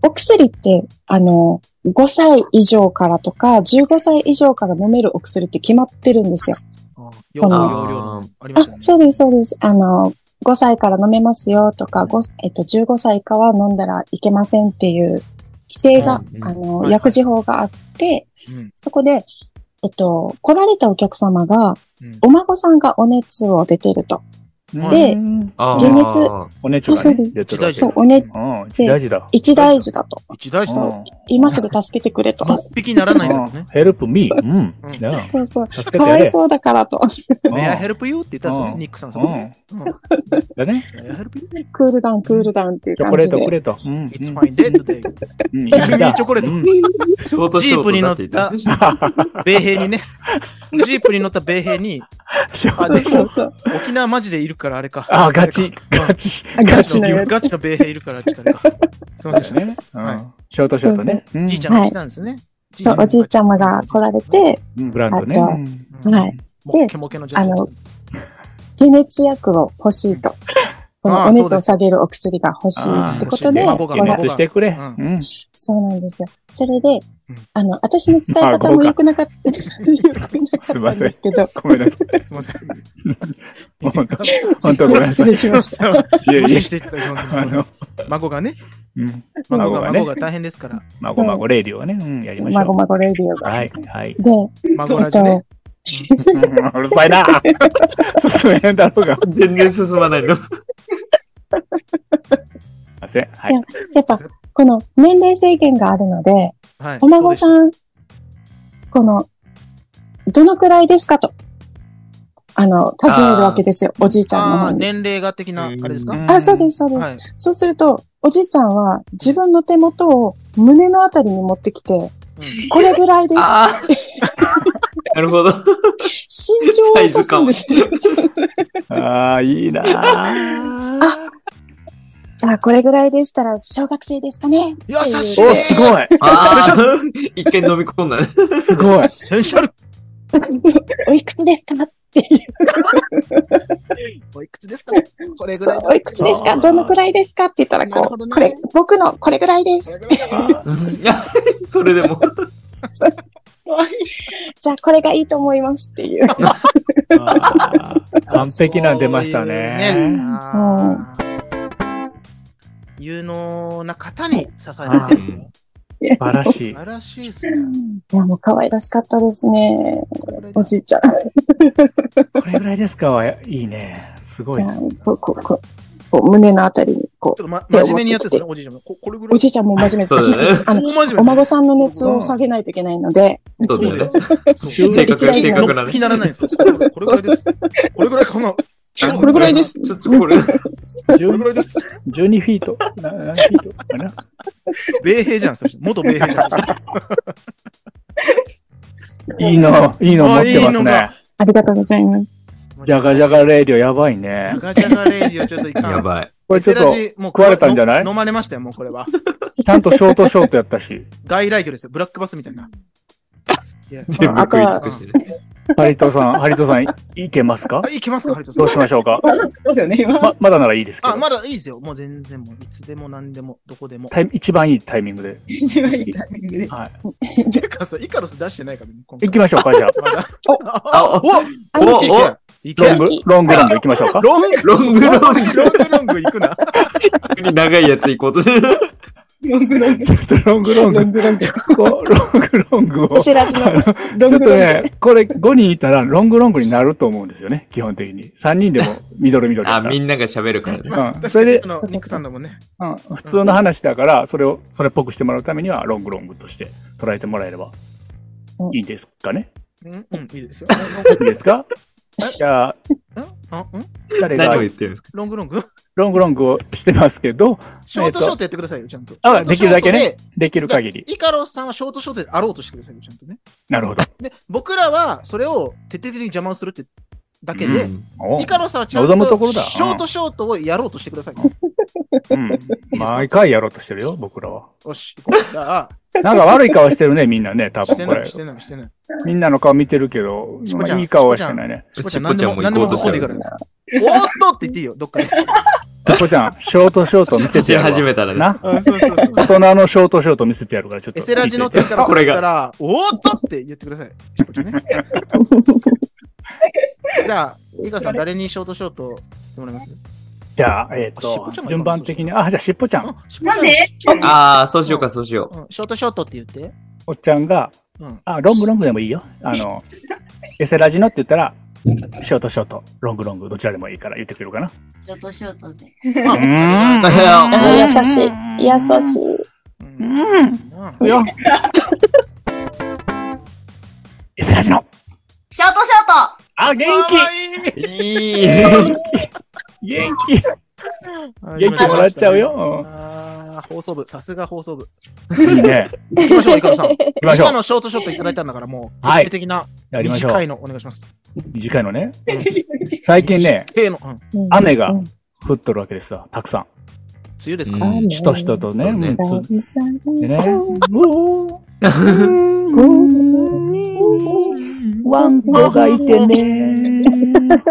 Speaker 5: お薬って、あの、5歳以上からとか、15歳以上から飲めるお薬って決まってるんですよ。
Speaker 1: あ容量、
Speaker 5: あ
Speaker 4: ー
Speaker 1: 容量の。ありま
Speaker 5: あ
Speaker 1: した、ね。
Speaker 5: そうです、そうです。あの、5歳から飲めますよとか、ごえっと、15歳以下は飲んだらいけませんっていう規定が、
Speaker 4: うんうん
Speaker 5: あの、
Speaker 1: はいはい
Speaker 5: 薬事法があって、
Speaker 1: うん
Speaker 5: そこで、えっと、来られたお客様が、
Speaker 1: うん
Speaker 5: お孫さんがお熱を出てると。で
Speaker 6: うん
Speaker 4: あ
Speaker 5: 解熱
Speaker 4: ー
Speaker 6: おねちょがね、出てるわけ
Speaker 1: そ
Speaker 5: そうう、お熱、
Speaker 6: うん、一大事だ。
Speaker 5: 一大事だと。
Speaker 1: 一大事だ。
Speaker 6: うん
Speaker 5: 今すぐ助けてくれと。
Speaker 1: 一匹ならないんだとね。
Speaker 6: ヘルプミー。うん
Speaker 1: うん。
Speaker 6: なあ
Speaker 5: そうそう。
Speaker 6: 助けて
Speaker 5: か
Speaker 6: や
Speaker 5: わ
Speaker 6: れ。
Speaker 5: いそうだからと。
Speaker 6: うん
Speaker 1: メアヘルプユーって言ったんですよね、
Speaker 6: うん
Speaker 1: ニックさん。そこね
Speaker 6: う
Speaker 1: うん
Speaker 6: ん。だね。
Speaker 1: メアヘルプユー
Speaker 5: クールダウン、クールダウンっていう
Speaker 6: チョ
Speaker 5: 感
Speaker 6: コレ
Speaker 5: じ
Speaker 6: ート、チョコ
Speaker 5: で。
Speaker 6: レート。うん。
Speaker 1: It's fine day today.
Speaker 6: うん。チ
Speaker 1: ヘルミーチョコレート
Speaker 4: ショート
Speaker 1: ジー
Speaker 4: ショート
Speaker 1: プに乗
Speaker 4: だ
Speaker 1: って
Speaker 4: 言
Speaker 1: た米兵にね、ジープに乗った米兵に、
Speaker 6: ショ
Speaker 1: あ、
Speaker 6: ー
Speaker 1: で
Speaker 6: トショ
Speaker 5: そ
Speaker 6: ー
Speaker 5: う
Speaker 6: ト。
Speaker 5: そう。
Speaker 1: 沖縄マジでいるからあれか。
Speaker 6: あ、ガチ。ガチ。
Speaker 5: あガ
Speaker 1: ガ
Speaker 5: チ
Speaker 1: チ
Speaker 5: のや
Speaker 1: の、
Speaker 5: つ。
Speaker 1: ガチの米兵いるからって言ったらか。すみませんでし
Speaker 6: ね。う
Speaker 1: はい
Speaker 6: ん。ショートショートね。う
Speaker 1: た。
Speaker 6: ん
Speaker 1: じいちゃんが来たんですね。い
Speaker 5: そう、おじいちゃまが来られ、て、
Speaker 6: うんブランドね。
Speaker 5: あと
Speaker 6: うん
Speaker 1: うん
Speaker 5: はい。
Speaker 1: もうケモケのじゃん。
Speaker 5: あの解熱薬を欲しいと。このお熱を下げるお薬が欲しいってことで、
Speaker 1: あーそうですね
Speaker 5: ほら
Speaker 1: 孫
Speaker 6: 解熱してくれ。
Speaker 1: う
Speaker 6: うんん。
Speaker 5: そうなんですよ。それで
Speaker 1: うん、
Speaker 5: あの、私の伝え方も良くなかった、良くなか
Speaker 6: すい
Speaker 5: った
Speaker 6: ま
Speaker 5: ん
Speaker 6: せん
Speaker 5: ですけど、
Speaker 6: ごめんなさい。
Speaker 1: すみません。
Speaker 6: 本当 本当ごめんな
Speaker 5: 失
Speaker 6: さい。
Speaker 5: 礼しまし
Speaker 1: い
Speaker 5: た。
Speaker 6: いや
Speaker 1: 無
Speaker 6: いや
Speaker 1: 視し。ていただきます
Speaker 6: あの、
Speaker 1: 孫がね、
Speaker 6: うん。
Speaker 1: 孫
Speaker 6: 孫
Speaker 1: が、
Speaker 6: がね
Speaker 1: 孫が大変ですから、
Speaker 6: 孫孫レイディオね。うん、やりましょう。
Speaker 5: 孫孫レディオが。
Speaker 6: はい、はい。
Speaker 5: で、
Speaker 1: 孫
Speaker 5: えっ
Speaker 1: ラジね
Speaker 5: と、、
Speaker 6: うんうるさいな 進めへんだろうが。すい
Speaker 4: って全然進まない の。
Speaker 6: ません。はい。
Speaker 5: やっぱ、この年齢制限があるので、
Speaker 1: はい
Speaker 5: お孫
Speaker 1: ん。
Speaker 5: さん、この、どのくらいですかと、あの、尋ねるわけですよ、おじいちゃんの
Speaker 1: あ
Speaker 5: 方
Speaker 1: あー、
Speaker 5: に。
Speaker 1: 年齢が的な、あれですか
Speaker 6: ん
Speaker 5: あ、そうです、そうです
Speaker 1: は。い。
Speaker 5: そうすると、おじいちゃんは自分の手元を胸のあたりに持ってきて、
Speaker 1: うん
Speaker 5: これぐらいです。
Speaker 4: ああ。なるほど。
Speaker 5: 身長を指す んです。
Speaker 6: ああ、いいなあ
Speaker 5: じゃあ、これぐらいでしたら、小学生ですかね
Speaker 1: 優しい
Speaker 6: お、すごい
Speaker 4: ああ。 一回飲み込んだね。
Speaker 6: すごい
Speaker 1: センシャル
Speaker 5: おいくつですか
Speaker 1: おいくつですかねこれぐ
Speaker 5: そ
Speaker 1: ら
Speaker 5: う
Speaker 1: いだ
Speaker 5: おいくつですかどのくらいですかって言ったら、
Speaker 1: なる
Speaker 5: こ
Speaker 1: ほど
Speaker 5: う、
Speaker 1: ね
Speaker 5: こ れ、僕のこれぐらいです。
Speaker 4: いや、それでも。
Speaker 3: わいい。
Speaker 5: じゃあこれがいいと思いますっ ていう。
Speaker 6: あー 完璧なの出ました
Speaker 1: そういう
Speaker 6: ね。
Speaker 1: ねあー有能な方に支えられてるんですね。
Speaker 6: 素晴らし
Speaker 1: 素
Speaker 6: い。
Speaker 1: 晴らしいですね。
Speaker 5: いや、もう可愛らしかったですね。
Speaker 1: これ
Speaker 5: おじいちゃん。い
Speaker 6: これぐらいですかはいいね。すごい。
Speaker 5: やこうこうこうこう胸のあたりに、こ
Speaker 1: ちょっと、ま、真面目にやってるんですね、おじいちゃんも。ここれぐ
Speaker 5: う、
Speaker 1: ら
Speaker 5: お
Speaker 1: い。
Speaker 5: じいちゃんも真面目
Speaker 4: そうだ
Speaker 5: で
Speaker 4: ね
Speaker 5: す。あの
Speaker 1: 大真面目ですね
Speaker 5: お孫さんの熱を下げないといけないので、
Speaker 4: そうだよね。
Speaker 1: そう
Speaker 4: 正確
Speaker 5: 一台
Speaker 4: 正
Speaker 1: 乗
Speaker 4: 確な
Speaker 1: っ
Speaker 4: ね
Speaker 1: 気にならないんですよ。これぐらいです。これぐらいかな。
Speaker 5: これぐらいです
Speaker 4: ちょっとこ
Speaker 1: これ
Speaker 4: れ、
Speaker 1: ぐらい
Speaker 6: 12
Speaker 1: です。
Speaker 6: 12フィート。な何フィートかな
Speaker 1: 米兵じゃん、それ元米兵じゃん。
Speaker 6: いいの、いいの持って
Speaker 1: あいい
Speaker 6: ま
Speaker 1: のが
Speaker 6: すね。
Speaker 5: ありがとうございます。
Speaker 6: じゃがじゃがレイディオやばいね
Speaker 1: ジャ。ガジャガレイディオちょっといかん。
Speaker 4: やばい。
Speaker 6: これちょっと、
Speaker 1: エセラジもう
Speaker 6: 食われたんじゃない
Speaker 1: の飲まれましたよ、もうこれは。
Speaker 6: ちゃんとショートショートやったし、
Speaker 1: 外来魚ですよ、ブラックバスみたいな。いや
Speaker 4: 全部食い尽くしてる。
Speaker 6: ハリトさん、ハリトさん、いいけますか
Speaker 1: あ、いけますか、ハリトさ
Speaker 6: ど
Speaker 1: ん
Speaker 6: う。しましょうか
Speaker 3: そうですよね、今。
Speaker 6: ま、まだならいいですけど
Speaker 1: あ、、まだいいですよ。もう全然もう、いつでも何でも、どこでも。
Speaker 6: タイ一番いいタイミングで。
Speaker 3: 一番いいタイミングで。
Speaker 6: はい。
Speaker 1: ていうかさ、イカロス出してないからね、今回
Speaker 6: 行きましょうか、じゃあ。
Speaker 1: まだ。
Speaker 4: あ、お、
Speaker 5: あの
Speaker 4: お
Speaker 1: いけいけ
Speaker 6: ロング、ロングランド行きましょうか。
Speaker 1: ロング、
Speaker 4: ロングロン
Speaker 1: ロング、ロング、ロング行くな。
Speaker 4: グに長いやつ行こうとしてる。
Speaker 3: ロングロング。
Speaker 6: ちょっとロングロング、ロングロング、ロングを。
Speaker 5: エセラジの
Speaker 6: あの
Speaker 5: ロン
Speaker 6: ちょ
Speaker 5: グ
Speaker 6: っ
Speaker 5: ロ
Speaker 6: と
Speaker 5: ング
Speaker 6: ね、これ5人いたらロングロングになると思うんですよね、基本的に。3人でもミドルミドルだ
Speaker 4: あ、
Speaker 6: から。
Speaker 4: みんなが喋るからね。
Speaker 6: うん、それで
Speaker 1: あ、の、ニックさんだもんね。
Speaker 6: うん、普通の話だから、それを、それっぽくしてもらうためには、ロングロングとして捉えてもらえれば
Speaker 5: うん
Speaker 6: いいですかね。
Speaker 1: うん、うん、いいですよ。
Speaker 6: いいですかじゃあ、
Speaker 1: うん、あ、うん
Speaker 6: 誰
Speaker 4: 何
Speaker 6: が
Speaker 4: を言ってるんですか
Speaker 1: ロング、ロング
Speaker 6: ロングロングをしてますけど、
Speaker 1: ショートショートやってくださいよ、ちゃんと。
Speaker 6: あ
Speaker 1: ショート
Speaker 6: できるだけね
Speaker 1: ショートで。
Speaker 6: できる限り。
Speaker 1: イカロスさんはショートショートであろうとしてくださいよ、ちゃんとね。
Speaker 6: なるほど。
Speaker 1: で、僕らはそれを徹底的に邪魔をするってだけ
Speaker 4: う
Speaker 1: で、
Speaker 4: ん
Speaker 6: お
Speaker 1: イカロスさんはちゃん
Speaker 6: 望むとことろだ
Speaker 1: ショートショートをやろうとしてください。
Speaker 6: うん。毎回やろうとしてるよ、僕ら は。
Speaker 1: よし、行こう。じゃあ、
Speaker 6: なんか悪い顔してるね、みんなね、多
Speaker 1: して
Speaker 6: 分こ
Speaker 1: な
Speaker 6: れ
Speaker 1: い、し。てない、してない。
Speaker 6: みんなの顔見てるけど、
Speaker 1: しこ
Speaker 6: ま
Speaker 1: ちゃ
Speaker 6: あ
Speaker 1: ん
Speaker 6: いい顔はしてないね。
Speaker 1: しこち
Speaker 4: し
Speaker 1: ゃん、
Speaker 4: っこ
Speaker 1: 何
Speaker 4: ち
Speaker 1: で
Speaker 4: ゃん
Speaker 1: も、
Speaker 4: も行
Speaker 1: 何で
Speaker 4: こう
Speaker 1: も
Speaker 4: とし
Speaker 1: 喜ん
Speaker 4: て
Speaker 1: で
Speaker 4: る
Speaker 1: く。る。おーっとって言っていいよ、どっかで。
Speaker 6: ここちゃん、ショートショート見せ
Speaker 4: 走り
Speaker 6: てやるわ。
Speaker 4: 始めたらね。
Speaker 6: な。
Speaker 1: あそうそうそう。
Speaker 6: 大人のショートショート見せてやるから、ちょっと。
Speaker 1: エセラジの
Speaker 6: 見て
Speaker 1: 手
Speaker 6: て
Speaker 1: から
Speaker 4: これが
Speaker 1: ったら、おーっとって言ってください。しこちゃんね。じゃあ、イカさん、誰にショートショートしてもらいます
Speaker 6: じゃあ、えっ
Speaker 1: しっぽ
Speaker 6: と
Speaker 1: ちゃん、も
Speaker 6: 順番的に、あ、じゃあ、しっぽちゃん。
Speaker 1: あしこちゃ
Speaker 2: なんで
Speaker 1: うん
Speaker 4: ああ、そうしようか、そうしよう。
Speaker 1: うんショートショートって言って。
Speaker 6: おっちゃんが、
Speaker 1: うん。
Speaker 6: あ、ロングロングでもいいよ。あの、エセラジのって言ったら、ショートショート、ロングロング、どちらでもいいから言ってくれるかな。
Speaker 2: ショートショートで。
Speaker 6: うーん。
Speaker 5: あ優しい。優しい。
Speaker 1: うん
Speaker 6: いよ。エセラジの、
Speaker 2: ショートショ
Speaker 6: あ、元
Speaker 1: かわいい
Speaker 4: いい。
Speaker 6: 気元気
Speaker 1: 元
Speaker 6: 元気もらっちゃうようん
Speaker 1: あー放送部、さすが放送部。
Speaker 6: いいね。
Speaker 1: 行きましょう、イカロさん。
Speaker 6: 行きましょ
Speaker 1: 今
Speaker 6: う。
Speaker 1: のショートショットいただいたんだから、もう、
Speaker 6: はい
Speaker 1: 徹底的な
Speaker 6: やりましょ。
Speaker 1: 短いうのお願いします。
Speaker 6: 短いのね。
Speaker 3: う
Speaker 6: 最近ね、
Speaker 1: K の、うん、梅
Speaker 6: 雨が降っとるわけですよ。たくさ
Speaker 1: 雨ですか、
Speaker 4: うん
Speaker 6: ん。しとしととね。うんつで ね。ワンコがいてね。
Speaker 1: 犬
Speaker 4: まあ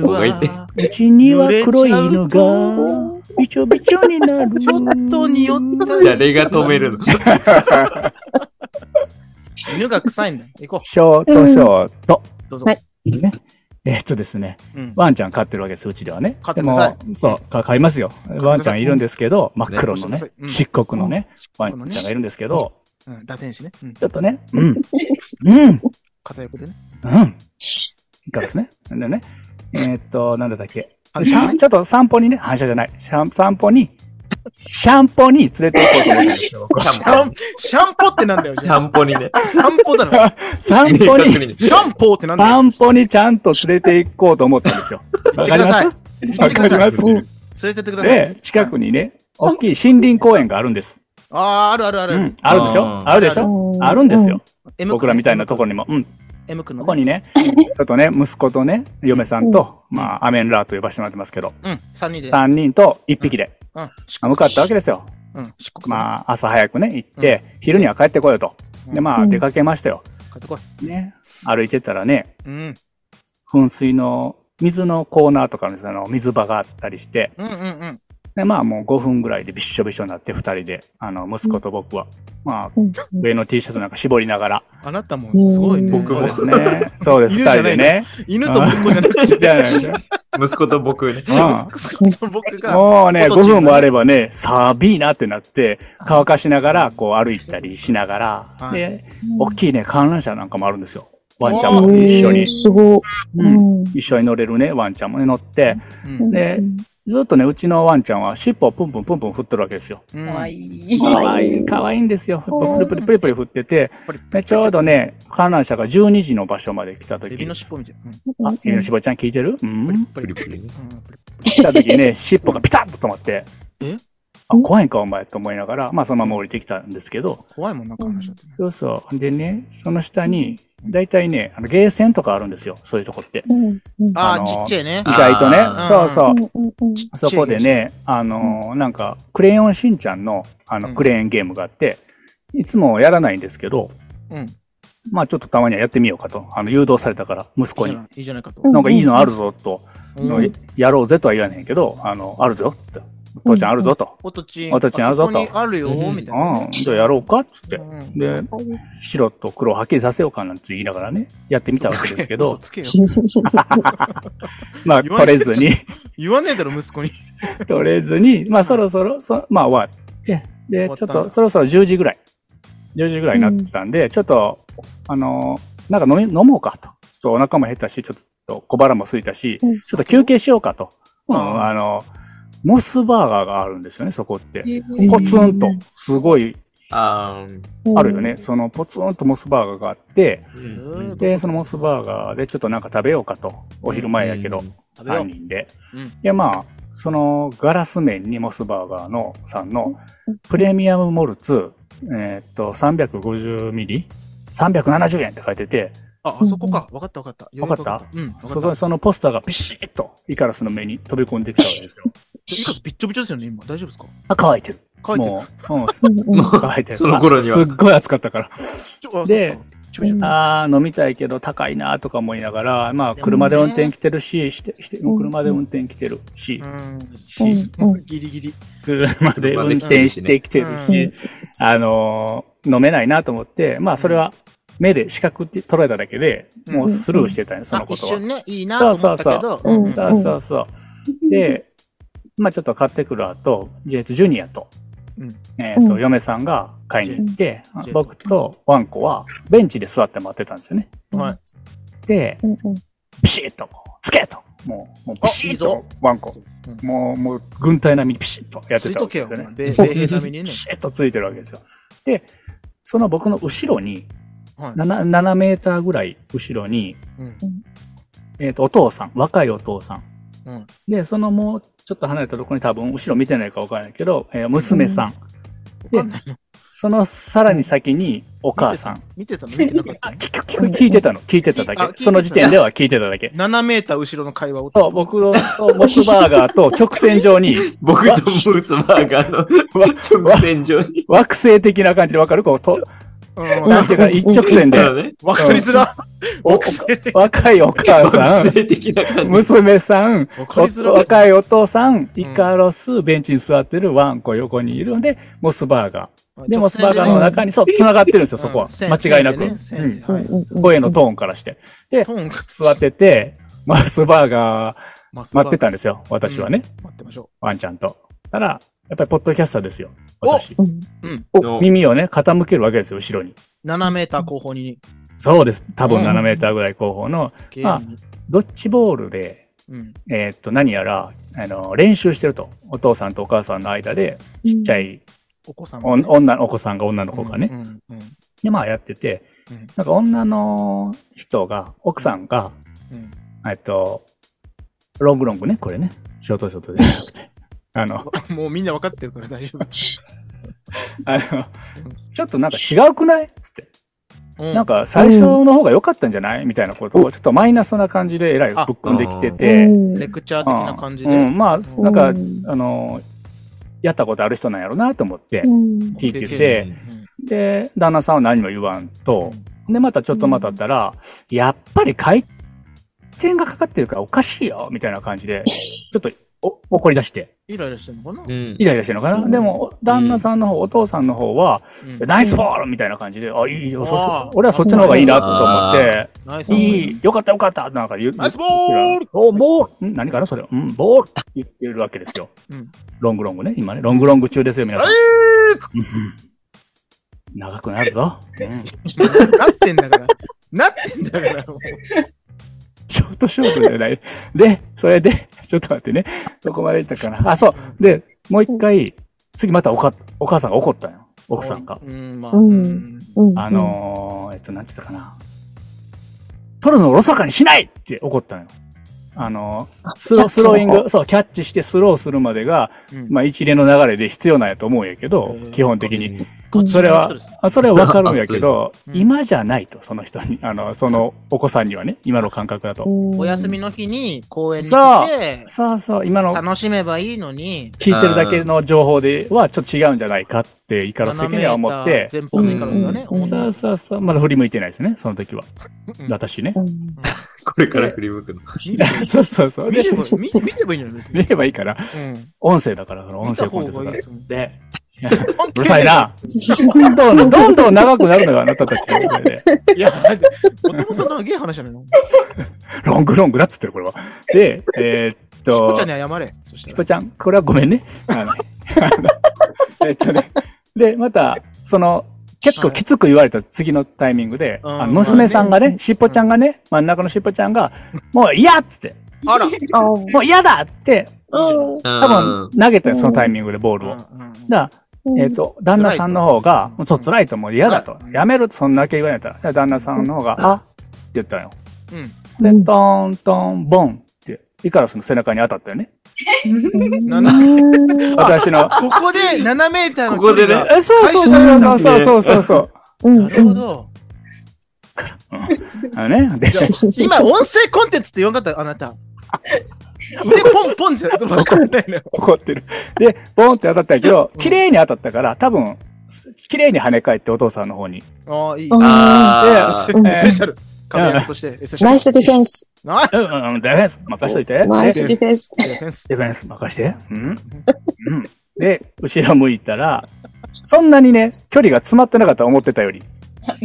Speaker 4: ここがいて
Speaker 1: は、
Speaker 6: うちには黒い犬が、びちょびちょになる。
Speaker 1: ちょっと匂ったり
Speaker 4: 誰が止めるの
Speaker 1: 犬が臭いんだよ。行こ
Speaker 6: ショートショート。
Speaker 1: う。どうぞ。
Speaker 5: はい
Speaker 6: ね。えっとですね。
Speaker 1: うん、
Speaker 6: ワンちゃん飼ってるわけです、うちではね。
Speaker 1: 飼ってください
Speaker 6: でもそう、か飼いますよ。
Speaker 1: い
Speaker 6: ワンちゃんいるんですけど、真っ黒の
Speaker 1: ね
Speaker 6: ね、漆黒のね、ワ
Speaker 1: この
Speaker 6: ン
Speaker 1: ね
Speaker 6: ちゃんがいるんですけど、
Speaker 1: うん、打天使ね。うん、
Speaker 6: ちょっとね、うん、うん、うん、
Speaker 1: 片横でね。
Speaker 6: いかがですね。でね、えーっと、なんだったっけ。
Speaker 1: 反
Speaker 6: シャンちょっと散歩にね、反射じゃない、シャン散歩に、シャンポに連れて行こうと思ったんですよ、僕は
Speaker 1: シャン、シャンポってなんだよ、じゃあ。
Speaker 4: 散歩にね。
Speaker 1: 散歩だろ。
Speaker 6: 散歩
Speaker 4: 明
Speaker 6: に、
Speaker 4: 確に
Speaker 1: シャンポってなんだよ。
Speaker 6: 散歩にちゃんと連れて行こうと思ったんですよ。わかります
Speaker 1: 行
Speaker 6: わ
Speaker 1: 行って
Speaker 6: か
Speaker 1: く
Speaker 6: り
Speaker 1: だ
Speaker 6: ま
Speaker 1: さ
Speaker 6: す
Speaker 1: い。連れてってください。
Speaker 6: で、近くにね、大きい森林公園があるんです。
Speaker 1: ああ、あるあるある。
Speaker 6: うん、あるでし
Speaker 4: あー
Speaker 6: ょあるでしょあるんですよ。
Speaker 1: M
Speaker 6: 僕らみたいなところにも。うん。
Speaker 1: M 君
Speaker 6: そ
Speaker 1: の
Speaker 6: こ
Speaker 1: ね。
Speaker 6: にね、ちょっとね、息子とね、嫁さんと、まあ、アメンラーと呼ばせてもらってますけど、
Speaker 1: うん、3人で。
Speaker 6: 3人と1匹で、
Speaker 1: うん、し
Speaker 6: まあ向かったわけですよ。
Speaker 1: うん、漆黒のね。
Speaker 6: まあ、朝早くね、行って、昼には帰ってこようと。で、ま
Speaker 5: う
Speaker 6: あ、
Speaker 5: ん
Speaker 6: 出かけましたよ。
Speaker 1: 買ってこい。
Speaker 6: ね。歩いてたらね、
Speaker 1: うん。
Speaker 6: 噴水の、水のコーナーとかの、その、水場があったりして、
Speaker 1: うんうんうん。
Speaker 6: で、まあもう5分ぐらいでびっしょびしょになって2人で、あの、息子と僕は、まあ、
Speaker 5: うん
Speaker 6: 上の T シャツなんか絞りながら、
Speaker 1: あなたもすごいね。
Speaker 4: 僕
Speaker 6: そう
Speaker 4: も
Speaker 6: ですね。そうです、2
Speaker 1: 犬じゃ
Speaker 6: 人
Speaker 1: ない
Speaker 6: で
Speaker 1: の
Speaker 6: ね。
Speaker 1: 犬と息子じゃなくて、
Speaker 6: じゃないの
Speaker 4: 息子と僕ね。
Speaker 6: うん
Speaker 1: 息子と僕が。
Speaker 6: もうね、
Speaker 1: お
Speaker 6: 5
Speaker 1: 父ちゃんがね
Speaker 6: 分もあればね、サービーなってなって、乾かしながら、こう歩いたりしながら
Speaker 1: は、い
Speaker 6: で、大きいね、観覧車なんかもあるんですよ。ワンちゃん
Speaker 1: あ
Speaker 6: も一緒
Speaker 5: え
Speaker 6: に
Speaker 5: ー、すごい。
Speaker 6: うん
Speaker 5: うん
Speaker 6: 一緒に乗れるね、ワンちゃんもね、乗って、
Speaker 1: うん
Speaker 6: でずっとね、うちのワンちゃんは尻尾をプンプンプンプン振ってるわけですよ。
Speaker 1: うん
Speaker 3: かわいい。
Speaker 5: かわいい
Speaker 6: かわいいんですよ。プリプリプリプリ振ってて
Speaker 1: プリプリ、
Speaker 6: でちょうどね、観覧車が12時の場所まで来た時
Speaker 1: エビの尻尾みたい。うん
Speaker 6: あ、エビのしぼちゃん聞いてるう
Speaker 1: プリ
Speaker 6: ん。
Speaker 1: プリプリ。
Speaker 4: プリ
Speaker 1: うんプリ
Speaker 6: 来た時ね、尻尾がピタッと止まって、
Speaker 1: え
Speaker 6: あ、怖いんかお前と思いながら、まあそのまま降りてきたんですけど、
Speaker 1: 怖いもんなんか話だってね。
Speaker 6: そうそう。でね、その下に、だいたいね、あのゲーセンとかあるんですよ。そういうとこって。
Speaker 5: うんうん
Speaker 1: あ
Speaker 6: あ
Speaker 1: あ、
Speaker 6: の
Speaker 1: ち
Speaker 6: ー
Speaker 1: っちゃいね
Speaker 6: 意。外とね
Speaker 4: あ。
Speaker 1: ー
Speaker 6: そうそう。
Speaker 5: うんうん
Speaker 6: そこでね、あのーなんか、クレヨンしんちゃんの、あ
Speaker 1: う
Speaker 6: の、
Speaker 1: ん
Speaker 6: クレーンゲームがあって、いつもやらないんですけど、
Speaker 1: うん。
Speaker 6: まあちょっとたまにはやってみようかと、あの、誘導されたから、息子に。
Speaker 1: いいじゃないかと。
Speaker 6: なんかいいのあるぞと、
Speaker 1: うん
Speaker 6: あのやろうぜとは言わないけど、あの、あるぞと、父ちゃんあるぞと、
Speaker 1: おとちん。
Speaker 6: おとちんあるぞと
Speaker 1: あそこにあるよ
Speaker 4: う
Speaker 1: ー、
Speaker 4: ん
Speaker 1: みたいな
Speaker 6: うん、
Speaker 1: ね。
Speaker 6: じゃあやろうかっつって
Speaker 1: う。ん
Speaker 6: で、白と黒をはっきりさせようかなんて言いながらね、やってみたわけで すけど
Speaker 1: 嘘、つけよ
Speaker 6: まあ、
Speaker 1: 言わ
Speaker 6: 取
Speaker 1: れ
Speaker 6: れ
Speaker 1: て
Speaker 6: ずに、
Speaker 1: 言わねえだろ、息子に。
Speaker 6: 取れずに、まあ、そろそろ、そまあ、終わって、
Speaker 1: 終
Speaker 6: で、
Speaker 1: わっ
Speaker 6: ち
Speaker 1: た
Speaker 6: ょ
Speaker 1: ん
Speaker 6: っ
Speaker 1: だ
Speaker 6: と、そろそろ10時ぐらい、10時ぐらいになってたんで、ちょっと、あのーなんか飲み、飲もうかと。ちょっとお腹も減ったし、ちょっと小腹も空いたし、
Speaker 5: うん
Speaker 6: ちょっと休憩しようかと。うん、
Speaker 1: あ
Speaker 6: あのーモスバーガーがあるんですよね、そこって。
Speaker 5: ん
Speaker 6: ポツンと、すごい、
Speaker 4: あー
Speaker 6: あるよね。そのポツンとモスバーガーがあって、
Speaker 4: うん
Speaker 1: うん
Speaker 6: で、そのモスバーガーでちょっとなんか食べようかと。お昼前やけど、
Speaker 1: 食べよ
Speaker 6: 3
Speaker 1: う。
Speaker 6: 人で。
Speaker 1: うん
Speaker 6: で、まあ、そのガラス面にモスバーガーのさんのプレミアムモルツ、えーっと、350ミリ ?370 円って書いてて、
Speaker 1: あ、あそこか。わかったわかった。
Speaker 6: わかった
Speaker 1: うん。わ
Speaker 6: そ
Speaker 1: か
Speaker 6: の
Speaker 1: った。
Speaker 6: そのポスターがピシッとイカラスの目に飛び込んできたわけですよ。
Speaker 1: いいかびっちょびちょですよね、今。大丈夫ですか
Speaker 6: あ、乾いてる。
Speaker 1: 書いてる。
Speaker 6: もう、うん、
Speaker 5: うんうん
Speaker 4: もう
Speaker 6: 乾いてる。
Speaker 4: その頃には
Speaker 6: まあすっごい暑かったから。
Speaker 1: ちょあ
Speaker 6: で
Speaker 1: そうかちょびちょび
Speaker 6: あー飲みたいけど高いなとか思いながら、まあ、車で運転来てるし、して、して、
Speaker 5: うん
Speaker 6: 車で運転来てるし
Speaker 1: う、
Speaker 5: うんうんん
Speaker 1: ギリギリ。
Speaker 6: 車で運転してきてるし、あのー飲めないなと思って、まあ、それは目で視覚って捉えただけで、
Speaker 1: うん
Speaker 6: もうスルーしてたよ、そ
Speaker 1: あ
Speaker 6: のこ
Speaker 1: 一
Speaker 6: とは
Speaker 1: 瞬。ね、いいなと思ったけど。
Speaker 5: そうそう
Speaker 1: うん
Speaker 5: そ
Speaker 6: そうそうそう。で、まあ、ちょっと買ってくる後、ジェットジュニアと、
Speaker 1: うん
Speaker 6: えっ
Speaker 5: う
Speaker 6: と、
Speaker 5: ん
Speaker 6: 嫁さんが買いに行って
Speaker 1: ェット、
Speaker 6: 僕とワンコはベンチで座って待ってたんですよね。
Speaker 1: はい。
Speaker 6: で、
Speaker 5: うんうん
Speaker 6: ピシッとこう、つけと。もう、もうピシ
Speaker 1: あいい
Speaker 6: ッ
Speaker 1: ぞ
Speaker 6: と、ワンコ。
Speaker 1: うん
Speaker 6: もう、もう、軍隊並みにピシッとやって
Speaker 1: つい
Speaker 6: た
Speaker 1: と
Speaker 6: わ
Speaker 1: け
Speaker 6: けで
Speaker 1: よ、
Speaker 6: すよね。
Speaker 1: 米米兵並みに
Speaker 6: ピ
Speaker 1: ね。
Speaker 6: シッとついてるわけですよ。で、その僕の後ろに、
Speaker 1: はい
Speaker 6: 7, 7メーターぐらい後ろに、
Speaker 1: うん
Speaker 6: えっ、と、お父さん、若いお父さん。
Speaker 1: うん
Speaker 6: で、そのもう、ちょっと離れたところに多分、後ろ見てないかわからないけど、えー娘さん。
Speaker 1: わかんない
Speaker 6: そのさらに先に、お母さん。
Speaker 1: 見てたの見てなかった
Speaker 6: あ、
Speaker 1: の
Speaker 6: 聞く、聞く、聞いてたの。聞いてた
Speaker 1: あ聞い
Speaker 6: だ
Speaker 1: て
Speaker 6: け。
Speaker 1: た
Speaker 6: その時点では聞いてただけ。
Speaker 1: 7メーター後ろの会話を。
Speaker 6: そう、僕のモスバーガーと直線上 に
Speaker 4: 僕とムースバーガーの直線上に。
Speaker 6: 惑星的な感じでわかるこうと、
Speaker 1: うん。
Speaker 6: なんていうか一直線
Speaker 4: だ
Speaker 6: で
Speaker 4: か、らね。
Speaker 1: わかりづら。
Speaker 6: お
Speaker 1: 惑星わ
Speaker 6: 若いお母さ
Speaker 4: 学
Speaker 6: ん、
Speaker 4: 生的な感じ。
Speaker 6: 娘さん、
Speaker 1: かりづ
Speaker 6: お
Speaker 1: ら。
Speaker 6: 若いお父さん、イカロス、ベンチに座ってるワンコ横にいるんで、モスバーガー。で、モスバーガーの中に、そう、繋がってるんですよ、そこは。間違いなく。うん
Speaker 5: うん
Speaker 1: く。
Speaker 5: うん
Speaker 6: 声のトーンからして。
Speaker 1: トーンが
Speaker 6: 座ってて、モスバーガー待って
Speaker 1: た。
Speaker 6: たんですよ、私はね、
Speaker 1: 待ってましょ
Speaker 6: ワンちゃんと。たら、やっぱりポッドキャスターですよ、
Speaker 1: お
Speaker 6: 私。
Speaker 5: うん
Speaker 4: の
Speaker 6: 耳をね、傾けるわけですよ、後ろに。
Speaker 1: う。7メーター後方に。
Speaker 6: そうです。多
Speaker 1: う
Speaker 6: 分
Speaker 1: ん
Speaker 6: 7メーターぐらい後方の、
Speaker 1: ゲームに
Speaker 6: ドッジボールで、
Speaker 1: うん。
Speaker 6: えーっと、何やら、あの、練習してると。お父さんとお母さんの間で、ちっちゃい、
Speaker 1: お子さん
Speaker 6: お
Speaker 1: もね。
Speaker 6: 女の、お子さんが女の子がね、
Speaker 1: うん。うん
Speaker 6: で、まあやってて
Speaker 1: うん、
Speaker 6: なんか女の人が、奥さんが、
Speaker 1: うん
Speaker 6: えっと、ロングロングね、これね。ショートショートじゃなくて。あの、
Speaker 1: うん もうみんなわかってるから大丈
Speaker 6: あの、ちょっとなんか違うくないつって。
Speaker 1: 夫。
Speaker 6: なんか最初の方が良かったんじゃないみたいなことを、ちょっとマイナスな感じでえらいぶっ込んできてて、
Speaker 5: うん
Speaker 1: レクチャー的な感じで。
Speaker 6: うん、まあ、
Speaker 1: うん
Speaker 6: なんか、
Speaker 5: うん
Speaker 6: あの、やったことある人なんやろなと思って
Speaker 5: う、ん
Speaker 6: 聞いて
Speaker 1: 経
Speaker 6: て
Speaker 1: 験、
Speaker 6: で、旦那さんは何も言わんと、で、またちょっと待ったったら、 やっぱり回転がかかってるからおかしいよ、みたいな感じで、ちょっとお怒り出して、
Speaker 1: イライラしてるのかな、
Speaker 4: うん
Speaker 6: イライラしてるのかな、でも、旦那さんの方、お父さんの方は、
Speaker 1: うん
Speaker 6: ナイスボールみたいな感じで、あ、いいよ、そう
Speaker 1: あ
Speaker 6: そう
Speaker 1: ー
Speaker 6: 俺はそっちの方がいいなと思って、
Speaker 1: ナイス
Speaker 6: いい、よかったよかったなんか言う。
Speaker 1: ナイスボール
Speaker 6: おボールん何かなそれ。うん、ボールって言ってるわけですよ。
Speaker 1: うん
Speaker 6: ロングロングね、今ね。ロングロング中ですよ、皆さん。うん長くなるぞ。うん
Speaker 1: なってんだから。なってんだから。もう
Speaker 6: ショートショートじゃない。で、それで、ちょっと待ってね。そこまでいったかな。あ、そう。で、もう一回、次またおか、お母さんが怒ったのよ。奥さんが。
Speaker 1: うん、まあ。
Speaker 5: うん
Speaker 1: うん
Speaker 5: うん
Speaker 6: あ、のー、えっと、なんて言ったかな。取るのをおろそかにしないって怒ったのよ。あのー、スロー、スローイング、そう、キャッチしてスローするまでが、
Speaker 1: うん
Speaker 6: まあ一連の流れで必要なんやと思うんやけど
Speaker 1: へ、ー
Speaker 6: 基本的に。
Speaker 1: ガチ
Speaker 6: それは
Speaker 1: ガチの人ですね、
Speaker 6: あそれはわかるんやけど
Speaker 1: 熱いうん
Speaker 6: 今じゃないと、その人に、あの、そのお子さんにはね、今の感覚だと。
Speaker 5: お
Speaker 1: お休みの日に公園に
Speaker 6: そ
Speaker 1: 来
Speaker 6: う
Speaker 1: て、
Speaker 6: そうそう、今の
Speaker 1: 楽しめばいいのに、
Speaker 6: 聞いてるだけの情報ではちょっと違うんじゃないかって、イカロス的には思っ
Speaker 1: 斜め
Speaker 6: て
Speaker 1: た。前方のイカロスはね、
Speaker 5: うん
Speaker 1: 思っ
Speaker 5: 方
Speaker 1: た
Speaker 6: そうそうそう、まだ振り向いてないですね、その時は。
Speaker 1: うん
Speaker 6: 私ね。
Speaker 4: これから振り向くの。
Speaker 6: そうそうそう。で
Speaker 1: 見、れば見見ればいいんじゃないです
Speaker 6: 見ればいいから、音声だから、その音声コンテンツだから。で、うるさい。な。どんどん、どんどん長くなるのよ、あなたたちの声で。
Speaker 1: いや、もともとのゲー話じゃないの。
Speaker 6: ロングロングだっつってる、これは。で、えーっ
Speaker 1: しこ
Speaker 6: と
Speaker 1: ちゃん、に謝れ。そした
Speaker 6: ピ
Speaker 1: ら
Speaker 6: コちゃん、これはごめんね。あのあの えっとね。で、また、その、結構きつく言われた次のタイミングで、
Speaker 1: うん
Speaker 6: あの娘さんが
Speaker 1: まあ
Speaker 6: ね
Speaker 1: ね、
Speaker 6: しっぽちゃんがね、真ん中のしっぽちゃんが、もう嫌っつって、
Speaker 1: あら。
Speaker 5: あ
Speaker 6: もう嫌だって、
Speaker 5: うん
Speaker 6: 多分投げたよ、そのタイミングでボールを。だからえっ、と、旦那さんの方が、
Speaker 1: うん
Speaker 6: そう、辛いともう嫌だと
Speaker 1: う。ん
Speaker 6: やめろと、そんだけ言われたら。だから旦那さんの方が、あって言ったよ。
Speaker 1: うん
Speaker 6: で、トーントーン、ボンって、イカロスの背中に当たったよね。
Speaker 1: な
Speaker 5: う
Speaker 1: な
Speaker 5: ん
Speaker 6: 私の、
Speaker 1: ここで7メーターの
Speaker 4: ここでね
Speaker 1: 距離が
Speaker 6: え、そうそうそうそうそうそうそう。
Speaker 5: うん
Speaker 1: なるほど。
Speaker 6: あのね、で、
Speaker 1: 今、音声コンテンツって言わんかった、あなた。腕 ポンポンじゃわかんないのよ。
Speaker 6: 怒ってる。で、ボンって当たったけど、綺麗に当たったから、多分、綺麗に跳ね返ってお父さんの方に。
Speaker 1: ああ、いい。
Speaker 5: うん
Speaker 4: あ
Speaker 1: エ
Speaker 4: ー
Speaker 5: うん
Speaker 1: ッセンシャル。カメラとして、エッセンシャル。
Speaker 5: ナイスディフェンス。
Speaker 1: ナイ
Speaker 6: うんうんうん、ディフェンス任しといて。
Speaker 5: ナイ
Speaker 6: で
Speaker 5: スディフェンス。
Speaker 1: スディフェンス。
Speaker 6: ディフェンス任して。うんうん。で、後ろ向いたら、そんなにね、距離が詰まってなかった、思ってた より。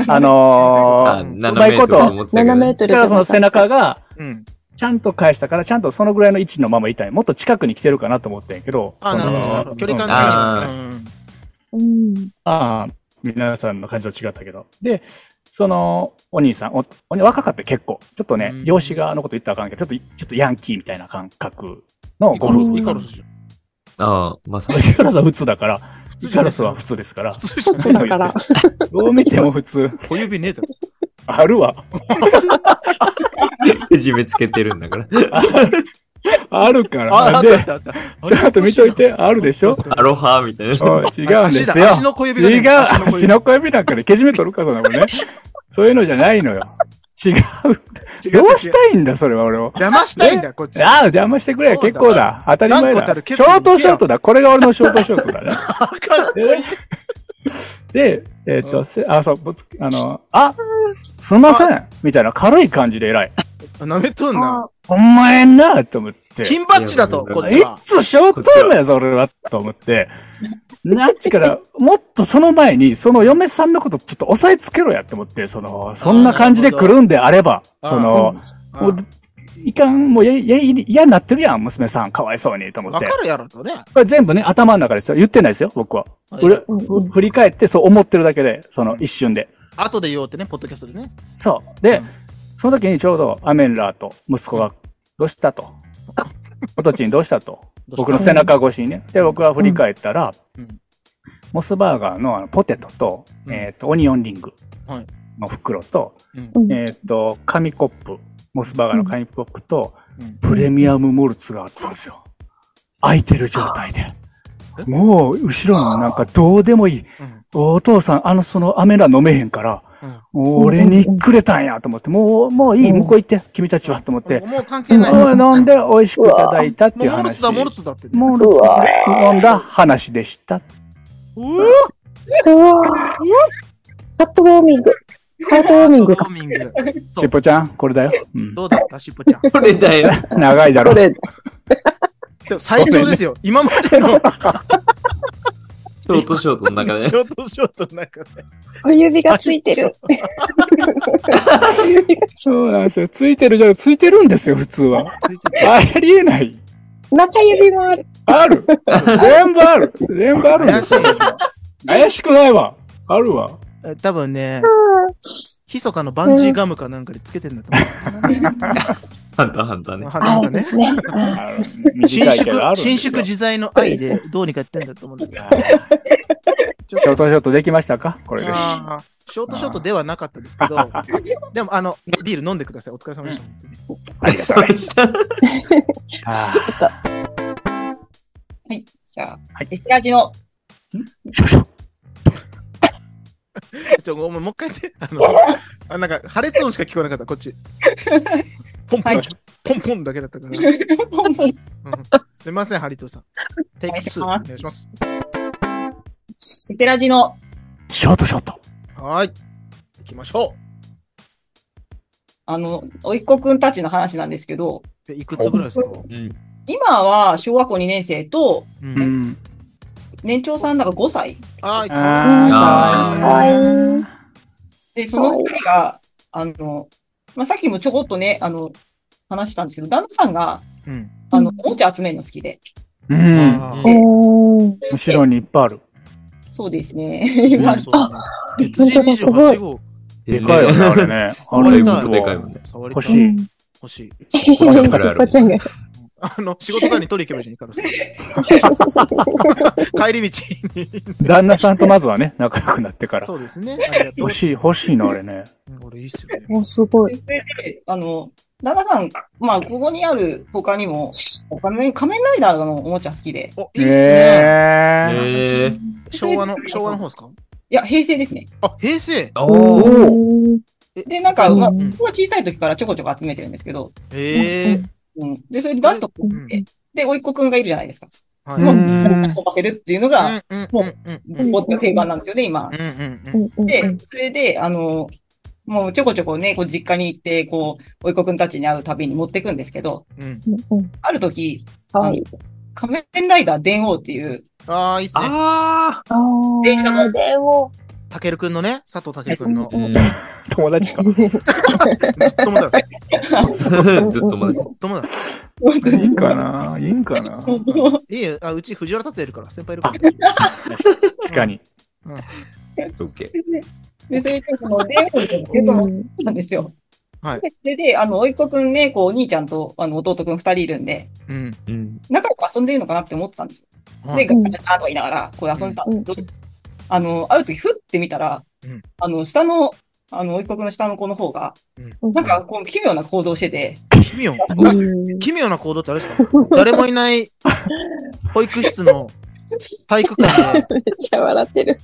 Speaker 6: あの
Speaker 4: あ、
Speaker 6: ー、
Speaker 4: 7
Speaker 6: まい
Speaker 4: メ
Speaker 6: こ
Speaker 4: ート
Speaker 6: と
Speaker 4: ル思ってたけど
Speaker 5: 7メ
Speaker 4: ね
Speaker 5: ート
Speaker 6: だ
Speaker 5: ル
Speaker 6: からその背中が、
Speaker 1: うん。
Speaker 6: ちゃんと返したから、ちゃんとそのぐらいの位置のままいたい。もっと近くに来てるかなと思ったんやけど。
Speaker 1: ああ、
Speaker 6: そ
Speaker 1: な
Speaker 6: の
Speaker 1: るほどなるほど。距離感
Speaker 6: うん
Speaker 1: が
Speaker 4: あー
Speaker 1: うん
Speaker 5: うん。
Speaker 6: ああ、皆さんの感じと違ったけど。で、その、お兄さん、お、お兄若かった結構、ちょっとね
Speaker 1: うん、
Speaker 6: 容姿がのこと言ったらあかんけど、ちょっと、ちょっとヤンキーみたいな感覚のご夫婦
Speaker 1: イカ
Speaker 6: さ
Speaker 1: ロ
Speaker 6: ん。
Speaker 1: スじゃん。
Speaker 4: ああ、ま さ
Speaker 6: イカロスは普通だから、イカロスは普
Speaker 1: 普
Speaker 6: 通ですから、
Speaker 1: 通じゃ
Speaker 5: そ
Speaker 1: な
Speaker 5: う
Speaker 1: い。
Speaker 5: だから。
Speaker 6: どう見ても普通、
Speaker 1: 小指ねえだろ。
Speaker 6: あるわ。
Speaker 4: にいじめつけてるんだから。
Speaker 6: あるか
Speaker 1: あ、あ
Speaker 6: ら。
Speaker 1: ったあっ
Speaker 6: で、
Speaker 1: たあった。
Speaker 6: ちゃんと見といて、あるでしょ
Speaker 4: アロハみたいな。
Speaker 6: おい違うんですよ
Speaker 1: 足だ。足の小指がね
Speaker 6: 違う、足の小指なんかでけじめ取るか、そんなもんね。そういうのじゃないのよ。違 う。どうしたいんだ、それは俺を。
Speaker 1: 邪魔したいんだ、こっち。
Speaker 6: ああ、邪魔してくれ。
Speaker 1: そうだ
Speaker 6: 結構だ。当たり前
Speaker 1: 断固た
Speaker 6: だ。
Speaker 1: る
Speaker 6: シ
Speaker 1: 決意
Speaker 6: ョートショートだ。これが俺のショートショートだね。
Speaker 1: あかん
Speaker 6: で、えっ
Speaker 1: う
Speaker 6: と、せあ、そう、ぶつ、あの、あ、すんませんみたいな軽い感じで偉い。
Speaker 1: あ舐めとんな。
Speaker 6: お前なと思って。い
Speaker 1: 金バッジだと、こっちは。
Speaker 6: つショートだよ、それは。と思って。なっちから、もっとその前に、その嫁さんのことちょっと押さえつけろやって思って、その、そんな感じで来るんであれば、
Speaker 1: あー
Speaker 6: その、もう
Speaker 1: あ
Speaker 6: いかん、もうや、や、嫌になってるやん、娘さん。かわいそうに、と思っ
Speaker 1: わ
Speaker 6: て
Speaker 1: か。るやろとね。
Speaker 6: これ全部ね、頭の中ですよ。言ってないですよ、僕は。うら
Speaker 5: うん
Speaker 6: ふ振り返って、そう思ってるだけで、その一瞬で。
Speaker 1: 後で言おうってね、ポッドキャストでね。
Speaker 6: そう。
Speaker 1: う
Speaker 6: で
Speaker 1: ん、
Speaker 6: その時にちょうどアメンラーと息子が、どうし たと。おとちにどうしたと。
Speaker 1: どうした
Speaker 6: 僕の背中越しにね。で、僕は振り返ったら
Speaker 1: うん、
Speaker 6: モスバーガーのあのポテトと、
Speaker 1: うん
Speaker 6: えっと、オニオンリング
Speaker 1: はい
Speaker 6: の袋と、
Speaker 5: うん
Speaker 6: えっと、紙コップ、モスバーガーの紙コップと
Speaker 1: うん、
Speaker 6: プレミアムモルツがあったんですよ。空いてる状態で。もう、後ろのなんかどうでもいい。
Speaker 1: うん
Speaker 6: お父さん、あの、その、アメラ飲めへんから、俺にくれたんやと思って、もう、もういい、
Speaker 5: うん
Speaker 6: 向こう行って、君たちは、と思って、
Speaker 1: もう関係ない。も
Speaker 6: もう飲んで美味しくいただいたってい
Speaker 1: う
Speaker 6: う
Speaker 1: モル
Speaker 6: 話
Speaker 1: ツ。だ、モルツだってね。
Speaker 6: モルツ飲んだ話でした。
Speaker 1: うわ
Speaker 5: うわハートウォーミング。ハートウォーミン
Speaker 1: ハ
Speaker 5: グか。
Speaker 1: ートウォーミング。そ
Speaker 6: しっ
Speaker 1: う。
Speaker 6: ぽちゃん、これだよ。うん
Speaker 1: どうだった、しっぽちゃん。
Speaker 4: これだよ。
Speaker 6: 長いだろ
Speaker 5: こ。れ、
Speaker 1: でも最長ですよ。今までの
Speaker 4: ショートショートの中で、
Speaker 1: ショートショートの中で。
Speaker 5: お指がついてる。
Speaker 6: そうなんですよ。ついてるじゃ、ついてるんですよ、普通 は。ありえない。
Speaker 5: 中指もある。
Speaker 6: ある。全部ある。全部あるんですよ。怪しくないわ。あるわ。
Speaker 1: え多分ね、密かのバンジーガムかなんかでつけてんだと思う。
Speaker 4: ハンターハンターね。
Speaker 1: な
Speaker 5: あ
Speaker 1: ん
Speaker 5: る
Speaker 1: か
Speaker 5: で
Speaker 1: ね、
Speaker 5: すね。
Speaker 6: ある
Speaker 1: 伸
Speaker 6: 短いけど
Speaker 1: 縮、
Speaker 6: あるんです
Speaker 1: 伸
Speaker 6: よ
Speaker 1: 縮自在の愛でどうにかやってんだと思うんだけど。
Speaker 6: ショートショートできましたかこれで。
Speaker 1: あーショートショートではなかったですけど、でも、あの、ビール飲んでください。お疲れ様でした。本当に
Speaker 4: ありがとうございました。
Speaker 6: ああ。
Speaker 3: はい。じゃあ、
Speaker 6: はい
Speaker 3: エスラジの、
Speaker 6: 少々
Speaker 1: ちょ、ごめんもう一回やって、あの、あなんか破裂音しか聞こえなかった、こっち。ポンポン、ポンポンだけだったから。うんすいません、ハリトさん。テイク2、お
Speaker 3: お願
Speaker 1: 願いします。
Speaker 3: エスラジの、
Speaker 6: ショートショート。
Speaker 1: はーい。行きましょ
Speaker 3: あの、おいっ子くんたちの話なんですけど、
Speaker 1: う。でいくつぐらいですか
Speaker 4: うん
Speaker 3: 今は小学校2年生と、
Speaker 1: う。
Speaker 6: うんん。
Speaker 3: 年長さんだから5歳。
Speaker 1: あー、か
Speaker 6: あ
Speaker 1: わ
Speaker 6: ー
Speaker 1: い
Speaker 5: かわいい。
Speaker 3: で、その二人が、あの、まあ、さっきもちょこっとね、あの、話したんですけど、旦那さんが、
Speaker 1: い。うん。
Speaker 3: あの
Speaker 5: う、ん
Speaker 3: おもちゃ集めるの好きで。
Speaker 6: うん。
Speaker 1: あ
Speaker 4: う
Speaker 1: ー
Speaker 4: ん
Speaker 5: おー。
Speaker 6: 後ろにいっぱいある。
Speaker 3: そうですね。今、
Speaker 1: そうだね
Speaker 5: 本当だすご
Speaker 1: 別人
Speaker 5: い
Speaker 1: 28号
Speaker 6: でかいよね、あ れね。あ
Speaker 1: 触
Speaker 6: れ
Speaker 1: り
Speaker 4: れ
Speaker 1: たい
Speaker 4: でかいもんね。
Speaker 1: 触り
Speaker 6: 欲
Speaker 1: た
Speaker 6: し
Speaker 1: い。
Speaker 6: い。
Speaker 1: 欲しい。
Speaker 5: しっぽちゃんが。
Speaker 1: あの、仕事帰りに取り行けばいいじゃん、イカロス帰り道に。
Speaker 6: 旦那さんとまずはね、仲良くなってから。
Speaker 1: そうですね。ありがとう
Speaker 6: 欲。しい、欲しいな、あれね。
Speaker 1: うん俺いいっすよね。
Speaker 5: お、すごい。
Speaker 3: それで、あの、旦那さん、まあ、ここにある他にも、お金仮面ライダーのおもちゃ好きで、
Speaker 1: お、いいっすね。
Speaker 6: ええ。
Speaker 4: えー。
Speaker 1: 昭和の、昭和の方ですか
Speaker 3: いや、平成ですね。
Speaker 1: あ、平成
Speaker 4: おー。
Speaker 5: おー
Speaker 3: で、なんか、まあ、
Speaker 5: う
Speaker 3: 僕
Speaker 5: ん
Speaker 3: は小さい時からちょこちょこ集めてるんですけど、
Speaker 1: ええ
Speaker 3: うん。で、それで出すと、
Speaker 1: う
Speaker 5: うんん。
Speaker 3: で、おいっ子くんがいるじゃないですか。
Speaker 1: は
Speaker 6: う
Speaker 3: もう、
Speaker 1: い。
Speaker 6: ん
Speaker 3: 飛ばせるっていうのが、
Speaker 1: うん
Speaker 3: も
Speaker 1: うんうんうん
Speaker 3: スポーツの定番なんですよね、今。
Speaker 1: うんうんうん
Speaker 5: うんうん
Speaker 3: で、それで、あの、もうちょこちょこね、こう実家に行って、こう、おいっ子くんたちに会うたびに持ってくんですけど、
Speaker 1: うん。
Speaker 5: うんうん
Speaker 3: ある時、
Speaker 5: かわいい。
Speaker 3: 仮面ライダー電王っていう、
Speaker 1: ああ、いいっすね。
Speaker 4: あ
Speaker 5: あー
Speaker 3: 電車の
Speaker 5: でも、
Speaker 1: たけるくんのね、佐藤たけるくんの
Speaker 4: ー。う。ん
Speaker 6: 友達か。
Speaker 1: ずっともだ。ずっ
Speaker 4: ずっとまだ。
Speaker 1: ともだ。
Speaker 6: いいんかないいんかな確
Speaker 1: いいよ。あ、うち藤原達也いるから、先輩いるから。
Speaker 6: かに。
Speaker 4: オッケ
Speaker 3: で、それで、この電王っていううのも
Speaker 5: ん
Speaker 3: なんですよ。
Speaker 1: はい
Speaker 3: で。それで、あの、おいっ子くんね、こう、お兄ちゃんと、あの、弟くん二人いるんで、
Speaker 1: うん。
Speaker 4: ー。うん。
Speaker 3: 仲良く遊んでるのかなって思ってたんですよ。
Speaker 1: は
Speaker 3: で、
Speaker 1: い
Speaker 3: ガチャガチャとか言いながら、こう遊んでたんですけど、あの、ある時、ふって見たら
Speaker 1: うん、
Speaker 3: あの、下の、あの、おいっ子くんの下の子の方が、
Speaker 5: うん
Speaker 3: なんか、こう、奇妙な行動してて、
Speaker 1: 奇妙。あ
Speaker 5: うん
Speaker 1: 奇妙な行動ってあれですか誰もいない保育室の体育館で、
Speaker 5: めっちゃ笑ってる。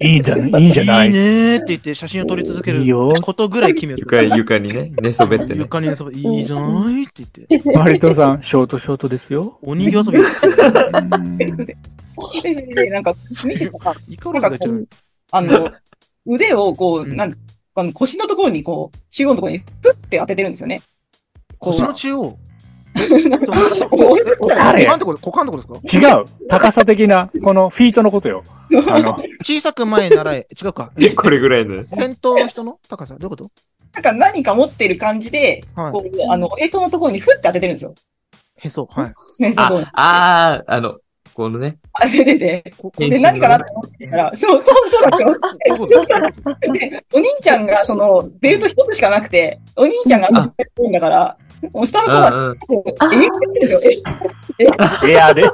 Speaker 6: いいんじゃないいいんじゃない
Speaker 1: いい
Speaker 6: い
Speaker 1: ねーって言って写真を撮り続ける
Speaker 6: いよ。
Speaker 1: ことぐらい奇妙。
Speaker 4: 床、床にね、寝そべってね。
Speaker 1: 床に遊ぶ。いいじゃないって言って。
Speaker 6: マリトさん、ショートショートですよ。
Speaker 1: お人形遊び です。
Speaker 6: うん
Speaker 3: で、それで、 なんか、見てたら、
Speaker 1: イカロスが言っちゃう。
Speaker 3: あの、腕をこう、
Speaker 1: うん
Speaker 3: なんあの腰のところにこう、中央のところにプッて当ててるんですよね。こう
Speaker 1: 腰の中央。
Speaker 6: 誰
Speaker 1: 股間ってこと、股間ってことですか
Speaker 6: 違う高さ的な、このフィートのことよ。あの、
Speaker 1: 小さく前ならえ、違うか。
Speaker 4: え、これぐらいの。
Speaker 1: 先頭の人の高さどういうこと
Speaker 3: なんか何か持ってる感じで、
Speaker 1: はい
Speaker 3: こう、あの、おへそのところにフッて当ててるんですよ。
Speaker 1: へそ。はい。
Speaker 4: あ、あー、あの、このね。
Speaker 3: 当ててて。
Speaker 1: ここ
Speaker 4: 変
Speaker 3: で、
Speaker 4: 身
Speaker 3: 何かなって思ってたら、そうそうそうなんです
Speaker 1: こういうこと
Speaker 3: よ。 で、お兄ちゃんがその、ベルト一つしかなくて、お兄ちゃんが当ててるんだから、もう下の子は、
Speaker 4: うんうん。
Speaker 3: ええって言うんですよ。
Speaker 6: エアーで。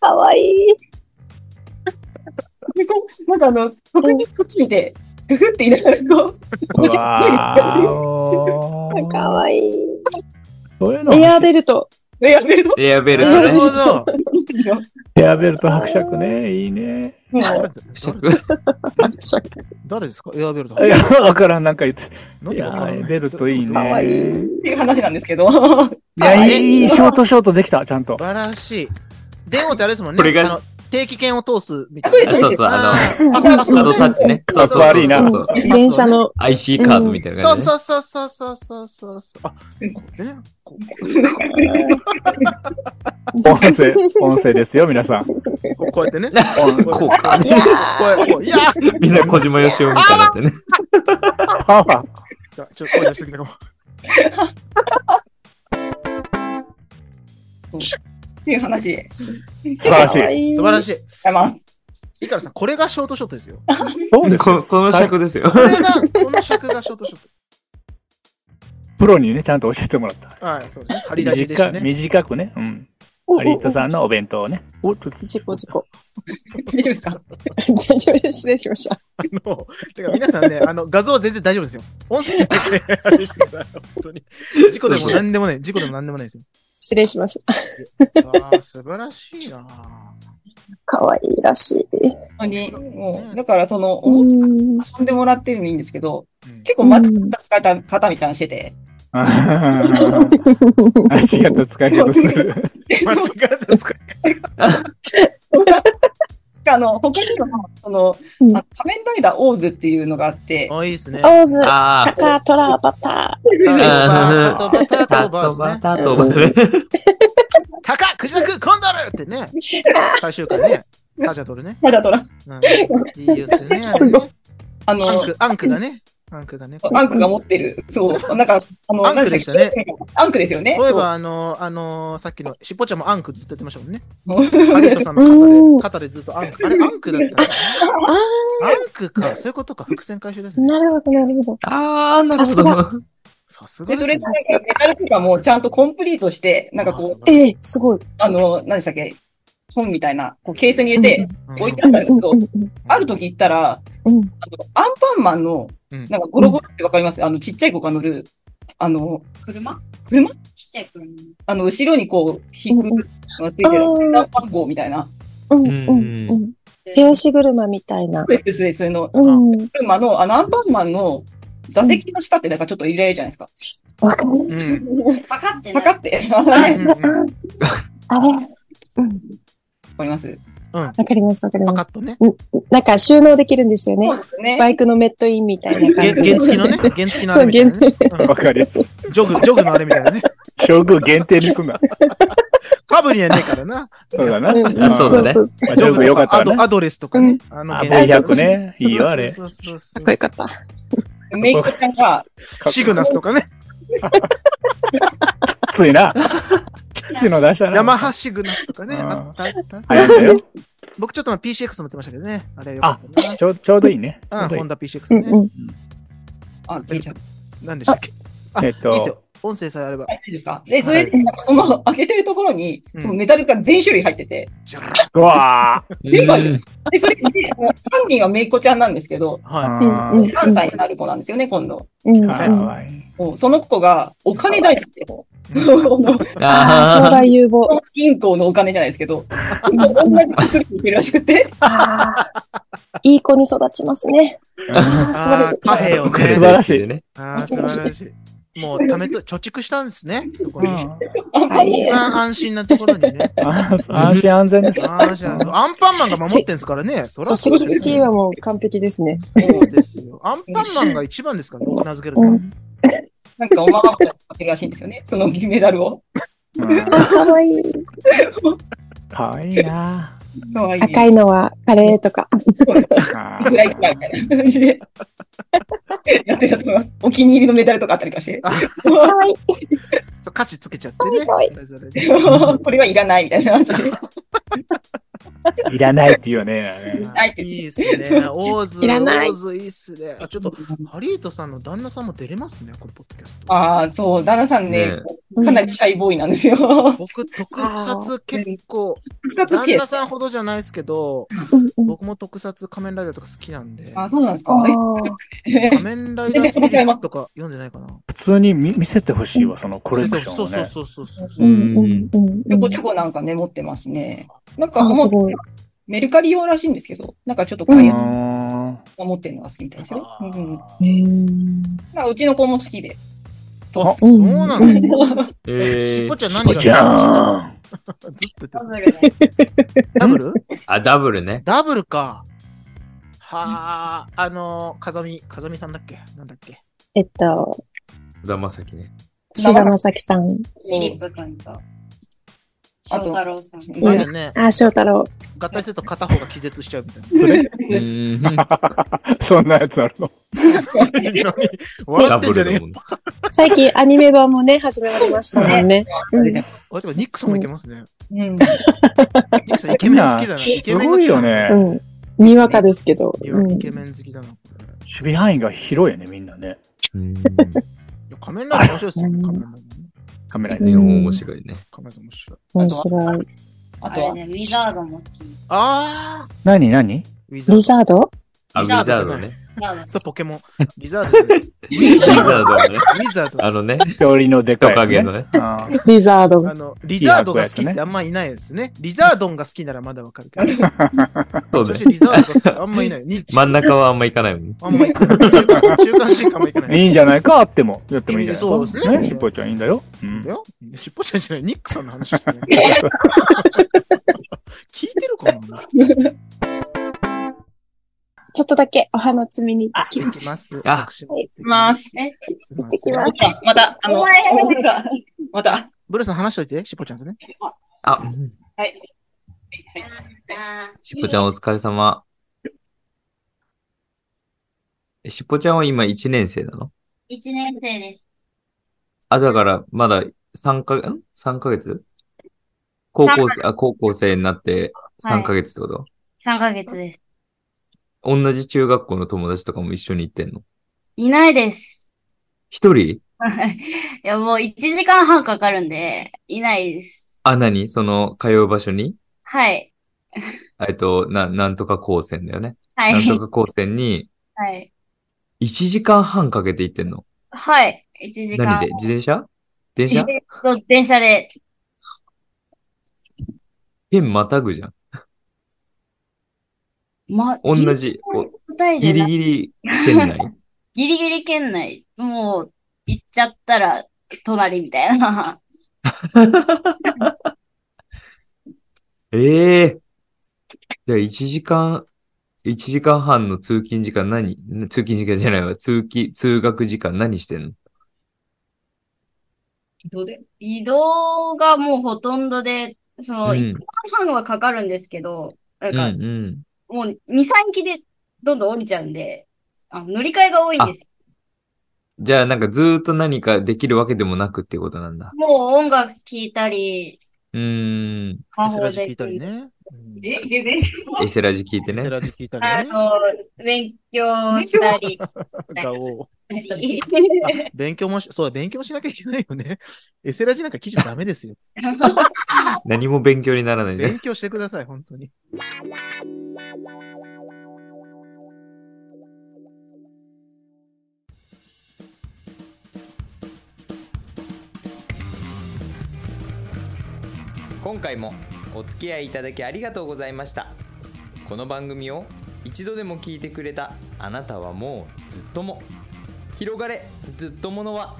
Speaker 5: かわいい。
Speaker 3: えでこうなんかあの、僕にこっち見て、グフって言いながら、こう、
Speaker 6: うわ
Speaker 5: か
Speaker 6: ー
Speaker 5: わいい。
Speaker 6: そういうの。
Speaker 5: エアーベルト。
Speaker 3: やめると。
Speaker 4: エアベル
Speaker 1: な
Speaker 4: ト
Speaker 1: る
Speaker 4: ね。
Speaker 1: ほど。
Speaker 6: エアーベルト伯爵ね。いいね。
Speaker 3: もう
Speaker 1: 誰ですかエアベルト
Speaker 6: い。や、わからん、なんか言って。
Speaker 1: 何
Speaker 6: い
Speaker 1: が
Speaker 6: や
Speaker 1: わからない
Speaker 6: ー、ベルトいいね。
Speaker 1: かわいい
Speaker 3: っていう話なんですけど、
Speaker 6: いや、いい、ショートショートできた、ちゃん
Speaker 1: 素
Speaker 6: と。
Speaker 1: 晴らしい。電話ってあれですもんね。
Speaker 4: これが
Speaker 1: あの定期券を通すみたい
Speaker 3: そう
Speaker 1: な
Speaker 3: で。す
Speaker 4: そうそう、あ
Speaker 1: あーパスパ
Speaker 4: の、カ
Speaker 1: ス
Speaker 4: ードタッチね。そうそう
Speaker 6: 悪いな
Speaker 4: そうそう。
Speaker 5: 電車の、
Speaker 4: IC カードみたいな
Speaker 1: そ
Speaker 4: 感
Speaker 1: う
Speaker 4: じね。
Speaker 1: そうそうそうそうそうそうそう。あ、ね、こ
Speaker 6: 音 声、音声ですよ、皆さん。
Speaker 1: ここうやってね。
Speaker 4: 音こうか
Speaker 1: いやーこうやこういやー
Speaker 4: みんな小島よしおみたいになってね。
Speaker 6: パワー。
Speaker 1: ちょっと声出しすぎたかも。
Speaker 3: っていう話で。
Speaker 6: 素晴らしい。
Speaker 5: い
Speaker 1: 素晴らしい。
Speaker 3: あまあ、
Speaker 1: いいからさん、これがショートショットですよ。
Speaker 6: そうですよ
Speaker 4: ここの尺ですよ
Speaker 1: こ。れが、この尺がショートショッ
Speaker 6: プロにね、ちゃんと教えてもらった。
Speaker 1: ト。はい、そうですね。ハリラジでした
Speaker 6: 短
Speaker 1: ね。
Speaker 6: 短くね。うん。ハリートさんのお弁当をね。 おちょっ
Speaker 5: 事故事故。
Speaker 3: 大丈夫ですか
Speaker 5: 大丈夫です。失礼しました。
Speaker 1: あの、てか皆さ んね、あの、画像は全然大丈夫ですよ。音声だけあれですから本当に。事故でも何でもない。事故でも何でもないですよ。
Speaker 5: 失礼しました。
Speaker 1: ああ、素晴らし いな
Speaker 5: 可愛いらしい。
Speaker 3: 本当に、もう、だからその、
Speaker 5: うん。
Speaker 3: 遊んでもらってるのいいんですけど、
Speaker 1: うん
Speaker 3: 結構間違った使い方みたいなのしてて、
Speaker 6: と 違った使い方す る。
Speaker 1: 間違ったですか
Speaker 3: あの、他にも、その、あ
Speaker 5: うん
Speaker 3: の仮面ライダーオーズっていうのがあって、
Speaker 1: あ、いいですね。
Speaker 5: 青ズ、
Speaker 4: あ
Speaker 5: タ
Speaker 4: あ。
Speaker 5: カ、トラ、バタ
Speaker 1: あと、バタ
Speaker 4: タ
Speaker 1: とバー
Speaker 4: ト
Speaker 1: ズね
Speaker 4: バ。タトバね。
Speaker 1: タカクジラクコンドルってね、最終回ね、サジャトルね。
Speaker 3: ライダーとな、
Speaker 1: うん、いいですね。
Speaker 5: すごい
Speaker 3: あ
Speaker 1: あれねアン
Speaker 3: の、
Speaker 1: ク、アンクがね。アンクがね。
Speaker 3: アンクが持ってる、そう、なんか、あの、
Speaker 1: アンクでしたね
Speaker 3: なんかアンクですよね。
Speaker 1: そういえ
Speaker 3: そう
Speaker 1: ば、あの、あの、さっきの、しっぽちゃんもアンクずっとやってましたもんね。
Speaker 3: も
Speaker 1: ハリウッドさんの
Speaker 5: うん
Speaker 1: 肩で、肩でずっとアンク。あれ、アンクだったんだアンクか、そういうことか、伏線回収です
Speaker 5: ー。
Speaker 1: ね。
Speaker 5: なるほど、なるほど。
Speaker 4: ああ、な
Speaker 5: さ
Speaker 4: る
Speaker 5: すが
Speaker 4: ほど。
Speaker 1: さす
Speaker 3: う
Speaker 1: が
Speaker 3: で、
Speaker 1: ですね
Speaker 3: それで、なんかメダルとかもちゃんとコンプリートして、なんかこう、
Speaker 1: あ
Speaker 5: ええ、すごい。
Speaker 3: あの、何でしたっけ、本みたいな、こう、ケースに入れて、
Speaker 1: うん
Speaker 3: 置いてあ
Speaker 5: う
Speaker 3: っ
Speaker 5: ん
Speaker 3: たんですけど
Speaker 5: う、んうん
Speaker 3: ある時行ったら、
Speaker 5: うん。
Speaker 3: あの、アンパンマンの
Speaker 1: うん、
Speaker 3: なんかゴロゴロってわかりますあの、ちっちゃい子が乗る、あの、
Speaker 2: 車
Speaker 3: 車
Speaker 2: ちっちゃい車。
Speaker 3: あの、後ろにこう、引くのがついてる
Speaker 5: うん、
Speaker 3: 番号みたいな。
Speaker 5: うんうんうん。手押し車みたいな。
Speaker 3: そうです、そうです、そういうの。
Speaker 5: うん。
Speaker 3: 車の、あの、アンパンマンの座席の下ってなんかちょっと入れられるじゃないですか。
Speaker 5: わかる。
Speaker 1: うん
Speaker 2: パカって
Speaker 3: パ
Speaker 2: な
Speaker 3: カ
Speaker 2: い。
Speaker 3: って、
Speaker 1: う
Speaker 3: わ
Speaker 1: んうん
Speaker 5: あれ。うん。
Speaker 3: かります
Speaker 5: わかります、わかり
Speaker 1: パカ
Speaker 5: ま
Speaker 1: ッ
Speaker 5: す。
Speaker 1: とね。
Speaker 5: なんか収納できるんですよね。
Speaker 3: ですね
Speaker 5: バイクのメットインみたいな
Speaker 1: 原
Speaker 5: 感じで。
Speaker 1: 原付きのね。原付きのあれみたいなね。うん
Speaker 6: わかりやすい。
Speaker 1: ジョグ、ジョグのあれみたいなね。
Speaker 6: 将軍限定にすんな。
Speaker 1: カブにはねえからな。
Speaker 6: そうだな。
Speaker 5: うん
Speaker 4: あそうだね
Speaker 5: そう
Speaker 6: まあ将軍よかったわ
Speaker 1: アド
Speaker 6: ね。
Speaker 1: アドレスとかね。あの
Speaker 6: あ、
Speaker 1: 原付
Speaker 6: 500ね。いいよ、あれ。
Speaker 1: そうそうそう
Speaker 5: かっこよかった。
Speaker 3: メイクちゃんが、
Speaker 1: シグナスとかね。
Speaker 6: きついな。きついの出したな。
Speaker 1: ヤマハシグナスとかね。
Speaker 6: うん
Speaker 1: あったあった。
Speaker 6: 早いんだよ。
Speaker 1: 僕ちょっとまあ PCX 持ってましたけどね。あれよかったな。
Speaker 6: ちょちょうどいいね。ちょ
Speaker 1: あ
Speaker 6: うどいい
Speaker 1: ホンダ PCX
Speaker 5: うん
Speaker 1: ね。
Speaker 5: うん。
Speaker 3: あ、消えちゃった。
Speaker 1: 何でしたっけあ、
Speaker 6: え
Speaker 1: い
Speaker 6: っ
Speaker 1: い
Speaker 6: と
Speaker 1: ですよ。音声さえあれば。
Speaker 3: いいですかで、それで、なんかその、開けてるところに、
Speaker 1: うん
Speaker 3: そのメダルが全種類入ってて、
Speaker 1: じゃ
Speaker 6: うわ
Speaker 4: うん
Speaker 3: で、それで、もう犯人はメイコちゃんなんですけど、
Speaker 1: あは
Speaker 6: あ
Speaker 5: うんうん
Speaker 3: 3歳になる子なんですよね、今度。
Speaker 5: うん。
Speaker 6: かわいい。
Speaker 3: もうその子が、お金大好きで、もう
Speaker 5: ああ、将
Speaker 4: あ
Speaker 5: 来有 望。
Speaker 3: 銀行のお金じゃないですけど、もう同じ作りにいてるらしくて、
Speaker 5: あーいい子に育ちますね。あー素晴らし
Speaker 1: あー貨幣を
Speaker 4: あ。
Speaker 1: ね
Speaker 4: これ
Speaker 6: 素晴らしい
Speaker 4: ね。
Speaker 1: い。ああ、素晴らしい。もう貯 めと、貯蓄したんですね。そこに。
Speaker 5: い。はい
Speaker 1: 一。番安心なところに ね。
Speaker 6: あ 安心安全です。
Speaker 1: ああ、じゃあ、アンパンマンが守ってんすからね。そ
Speaker 5: そ
Speaker 1: ら
Speaker 5: う、セ
Speaker 1: そう
Speaker 5: キュ
Speaker 1: で
Speaker 5: リ
Speaker 1: す
Speaker 5: テ
Speaker 1: よ
Speaker 5: ィはもう完璧ですね。
Speaker 1: そうですよ。アンパンマンが一番ですからね、名付ける
Speaker 5: う
Speaker 1: と。
Speaker 5: ん。
Speaker 3: なんかおままごと使ってるらしいんですよね、そのメダルを。
Speaker 5: あ、かわいい。
Speaker 6: かわいいな。
Speaker 3: かわいい。
Speaker 5: 赤いのはカレーと か。
Speaker 3: ぐらいくらいみたいな感じで。やってたと思います。お気に入りのメダルとかあったりとかして。
Speaker 5: かわいい。
Speaker 1: そう価値つけちゃってね。
Speaker 5: はい
Speaker 1: それぞれね
Speaker 3: これはいらないみたいな感じで。
Speaker 6: いらないって言わね
Speaker 1: あーいいっす ね。オーズ、
Speaker 5: いらない
Speaker 1: オーズいいっすね。あ、ちょっと、ハリートさんの旦那さんも出れますね、これ、ポッドキャスト。
Speaker 3: ああ、そう、旦那さんね
Speaker 4: ね、
Speaker 3: かなりシャイボーイなんですよ。特
Speaker 1: 僕、特撮結構、
Speaker 3: 撮好き
Speaker 1: 旦
Speaker 3: で
Speaker 1: 那
Speaker 3: す。
Speaker 1: さんほどじゃないですけど、
Speaker 5: うんうん。
Speaker 1: 僕も特撮仮面ライダーとか好きなんで、
Speaker 3: あ、そうなんです
Speaker 5: あ
Speaker 3: か。え
Speaker 1: 仮面ライダースピリッツとか読んでないかな。
Speaker 6: 普通に見見せてほしいわ、そのコレクション
Speaker 1: そ
Speaker 6: を
Speaker 1: うそう
Speaker 6: ね。
Speaker 1: そうそうそう。
Speaker 5: ーうんうんうん
Speaker 3: ち
Speaker 5: う
Speaker 3: ょ
Speaker 5: ん
Speaker 3: こちょこなんかね、持ってますね。なんか
Speaker 5: あ、す
Speaker 3: もう
Speaker 5: ごい。
Speaker 3: メルカリ用らしいんですけど、なんかちょっと買い物
Speaker 6: うん
Speaker 3: 持ってるのが好きみたいですよ。うんうん。
Speaker 5: へー
Speaker 3: まあ、うちの子も好きで。そう
Speaker 6: あ
Speaker 1: そうなんだ。し
Speaker 4: え
Speaker 1: っぽ
Speaker 4: ー
Speaker 1: ちゃん
Speaker 6: ス
Speaker 1: 何
Speaker 6: ポ
Speaker 1: が
Speaker 6: ちゃん
Speaker 1: ずっと言って
Speaker 2: ダ
Speaker 1: た
Speaker 2: ブ
Speaker 1: ダブル
Speaker 2: ルで。
Speaker 4: あ、ダブルね。
Speaker 1: ダブルか。はあ、あのー、風見、風見さんだっけなんだっけ
Speaker 5: えっと、
Speaker 4: 菅田将暉ね。
Speaker 5: 菅田将暉さん。
Speaker 2: フィリップ君と、翔太郎さん。
Speaker 5: うん
Speaker 1: だよね。
Speaker 5: あ、翔太郎。
Speaker 1: 合体すると片方が気絶しちゃうみたいな。
Speaker 6: それ、
Speaker 4: うーん。
Speaker 6: そんなやつあるの。
Speaker 1: 笑
Speaker 4: ダ
Speaker 1: って
Speaker 4: ブ
Speaker 1: んじゃ
Speaker 4: ル
Speaker 1: ねえ
Speaker 4: だ
Speaker 1: よ。
Speaker 4: もんね。
Speaker 5: 最近アニメ版もね、始まりましたもん ね。うん
Speaker 1: あ、でもニックさんもいけますね。
Speaker 3: うん。
Speaker 1: ニックさんイケメン好きだな。イケ
Speaker 6: す
Speaker 1: メン
Speaker 6: ごいよね。
Speaker 5: う
Speaker 6: 守
Speaker 5: ん。にわかですけど。
Speaker 1: 好きだ
Speaker 5: う
Speaker 1: な。イ
Speaker 5: ん。
Speaker 1: ケメン好きだな。これ
Speaker 6: 備範囲が広いよね、みんなね。
Speaker 4: うーん。
Speaker 1: いや仮面ライダー面白いですよね。
Speaker 5: うん
Speaker 1: 仮面ライダーね。
Speaker 6: カメラ
Speaker 4: ね、
Speaker 6: に。
Speaker 4: 面白いね。
Speaker 1: 仮面ライダー面白い。
Speaker 5: 面白い。
Speaker 3: あ
Speaker 2: あ
Speaker 3: と
Speaker 2: れ
Speaker 3: は、
Speaker 2: ね、ウィザードも好き。ウ
Speaker 1: あー
Speaker 6: 何何
Speaker 1: ウィザ
Speaker 5: リ
Speaker 1: ード。
Speaker 5: ザード
Speaker 4: あ、ウ
Speaker 2: リザ
Speaker 4: ィ
Speaker 2: ード
Speaker 4: ザ
Speaker 2: じ
Speaker 4: ー
Speaker 2: ゃな
Speaker 4: ド
Speaker 2: いィザー
Speaker 4: ね。
Speaker 2: ド
Speaker 1: そう、ポケモン。リザードじゃない。
Speaker 4: ウィザードね。
Speaker 1: リザード。
Speaker 4: あのね、
Speaker 6: 氷ので
Speaker 4: 人
Speaker 6: かいやつ
Speaker 4: 影
Speaker 6: ね。
Speaker 4: のね。
Speaker 6: あー
Speaker 5: リザード。
Speaker 1: あの、リザードが好きってあんまいないですね。リザードンが好きならまだわかるけど。
Speaker 4: そう
Speaker 1: 私
Speaker 4: ね
Speaker 1: リ。ザードが好きってあんまいない。に
Speaker 4: 真ん中はあんま行かないもん。
Speaker 1: あんまいない。中間中間進化もいかない。
Speaker 6: いいんじゃないかあっても。やってもいいんじゃないか
Speaker 1: そうですね
Speaker 6: しっぽいちゃんいいんだよ。 う
Speaker 1: だ
Speaker 6: ん。
Speaker 1: よ尻尾ちゃんじゃない、ニックさんの話してない。聞いてるかな
Speaker 5: ちょっとだけお花摘みに行き
Speaker 1: 聞きます。
Speaker 4: あ
Speaker 1: 私
Speaker 5: 行
Speaker 1: き
Speaker 3: きま。す。
Speaker 2: え、
Speaker 1: すいま
Speaker 5: 行ってき
Speaker 1: せん
Speaker 5: ます。
Speaker 3: また、あの、
Speaker 2: お前
Speaker 3: また、 また、
Speaker 1: ブルーさん話しといて、しっぽちゃんとね。
Speaker 4: あ、
Speaker 3: はい。
Speaker 2: あー
Speaker 4: しっぽちゃんお疲れ様。しっぽちゃんは今1年生なの
Speaker 2: 一年生です。
Speaker 4: あ、だからまだ3か、ん ?3 ヶ月高校生、あ、高校生になって3ヶ月ってこと、
Speaker 2: 三ヶ月です。
Speaker 4: 同じ中学校の友達とかも一緒に行ってんの
Speaker 2: いないです。
Speaker 4: 一人
Speaker 2: はいいや、もう1時間半かかるんで、いないです。
Speaker 4: あ、何その通う場所に
Speaker 2: はい。
Speaker 4: えっと、な、なんとか高専だよね。
Speaker 2: は
Speaker 4: なんと
Speaker 2: い。
Speaker 4: か高専に
Speaker 2: はい。
Speaker 4: 1時間半かけて行ってんの
Speaker 2: はい。1時間
Speaker 4: 何で自転車電車
Speaker 2: そう電車で。
Speaker 4: 県またぐじゃん。
Speaker 2: ま、
Speaker 4: 同
Speaker 2: ギリ
Speaker 4: じ、お
Speaker 2: ギ
Speaker 4: ギリ
Speaker 2: リ
Speaker 4: ギリ県内。
Speaker 2: ギリギリ圏内。もう、行っちゃったら、隣みたいな。
Speaker 4: ええじゃあ1時間、一時間半の通勤時間何通勤時間じゃないわ。通勤、通学時間何してんの
Speaker 3: どうで
Speaker 2: 移動がもうほとんどで、その、
Speaker 4: うん
Speaker 2: 1時間半はかかるんですけど、なん
Speaker 4: うん
Speaker 2: か、
Speaker 4: うん。
Speaker 2: もう2、3機でどんどん降りちゃうんで、あ乗り換えが多いんですよ。
Speaker 4: じゃあなんかずーっと何かできるわけでもなくっていうことなんだ。
Speaker 2: もう音楽聴いたり、
Speaker 4: うーん。
Speaker 2: 魔
Speaker 1: エセ
Speaker 2: 法
Speaker 1: ラジ
Speaker 2: で
Speaker 1: 聞いたりね。うん
Speaker 3: え、で、で、
Speaker 4: エセラジ聞いて
Speaker 1: エセ
Speaker 4: ね。
Speaker 1: ラジ聞いた
Speaker 2: あ
Speaker 1: りね。
Speaker 2: の、勉強したり、
Speaker 1: ガオ
Speaker 2: い
Speaker 1: ーあ勉強もし、そうだ、勉強もしなきゃいけないよね。エセラジなんか聞いちゃダメですよ。
Speaker 4: 何も勉強にならないね
Speaker 1: 勉。強してください、本当に。
Speaker 4: 今回もお付き合いいただきありがとうございましたこの番組を一度でも聞いてくれたあなたはもうずっとも広がれずっとものは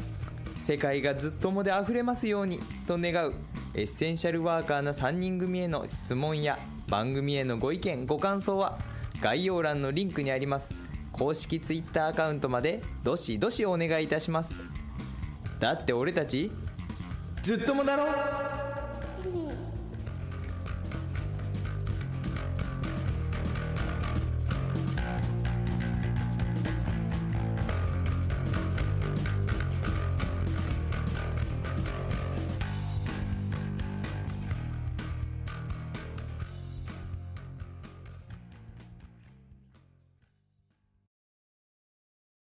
Speaker 4: 世界がずっともであふれますようにと願うエッセンシャルワーカーな3人組への質問や番組へのご意見ご感想は概要欄のリンクにあります公式 Twitter アカウントまでどしどしお願いいたしますだって俺たちずっともだろ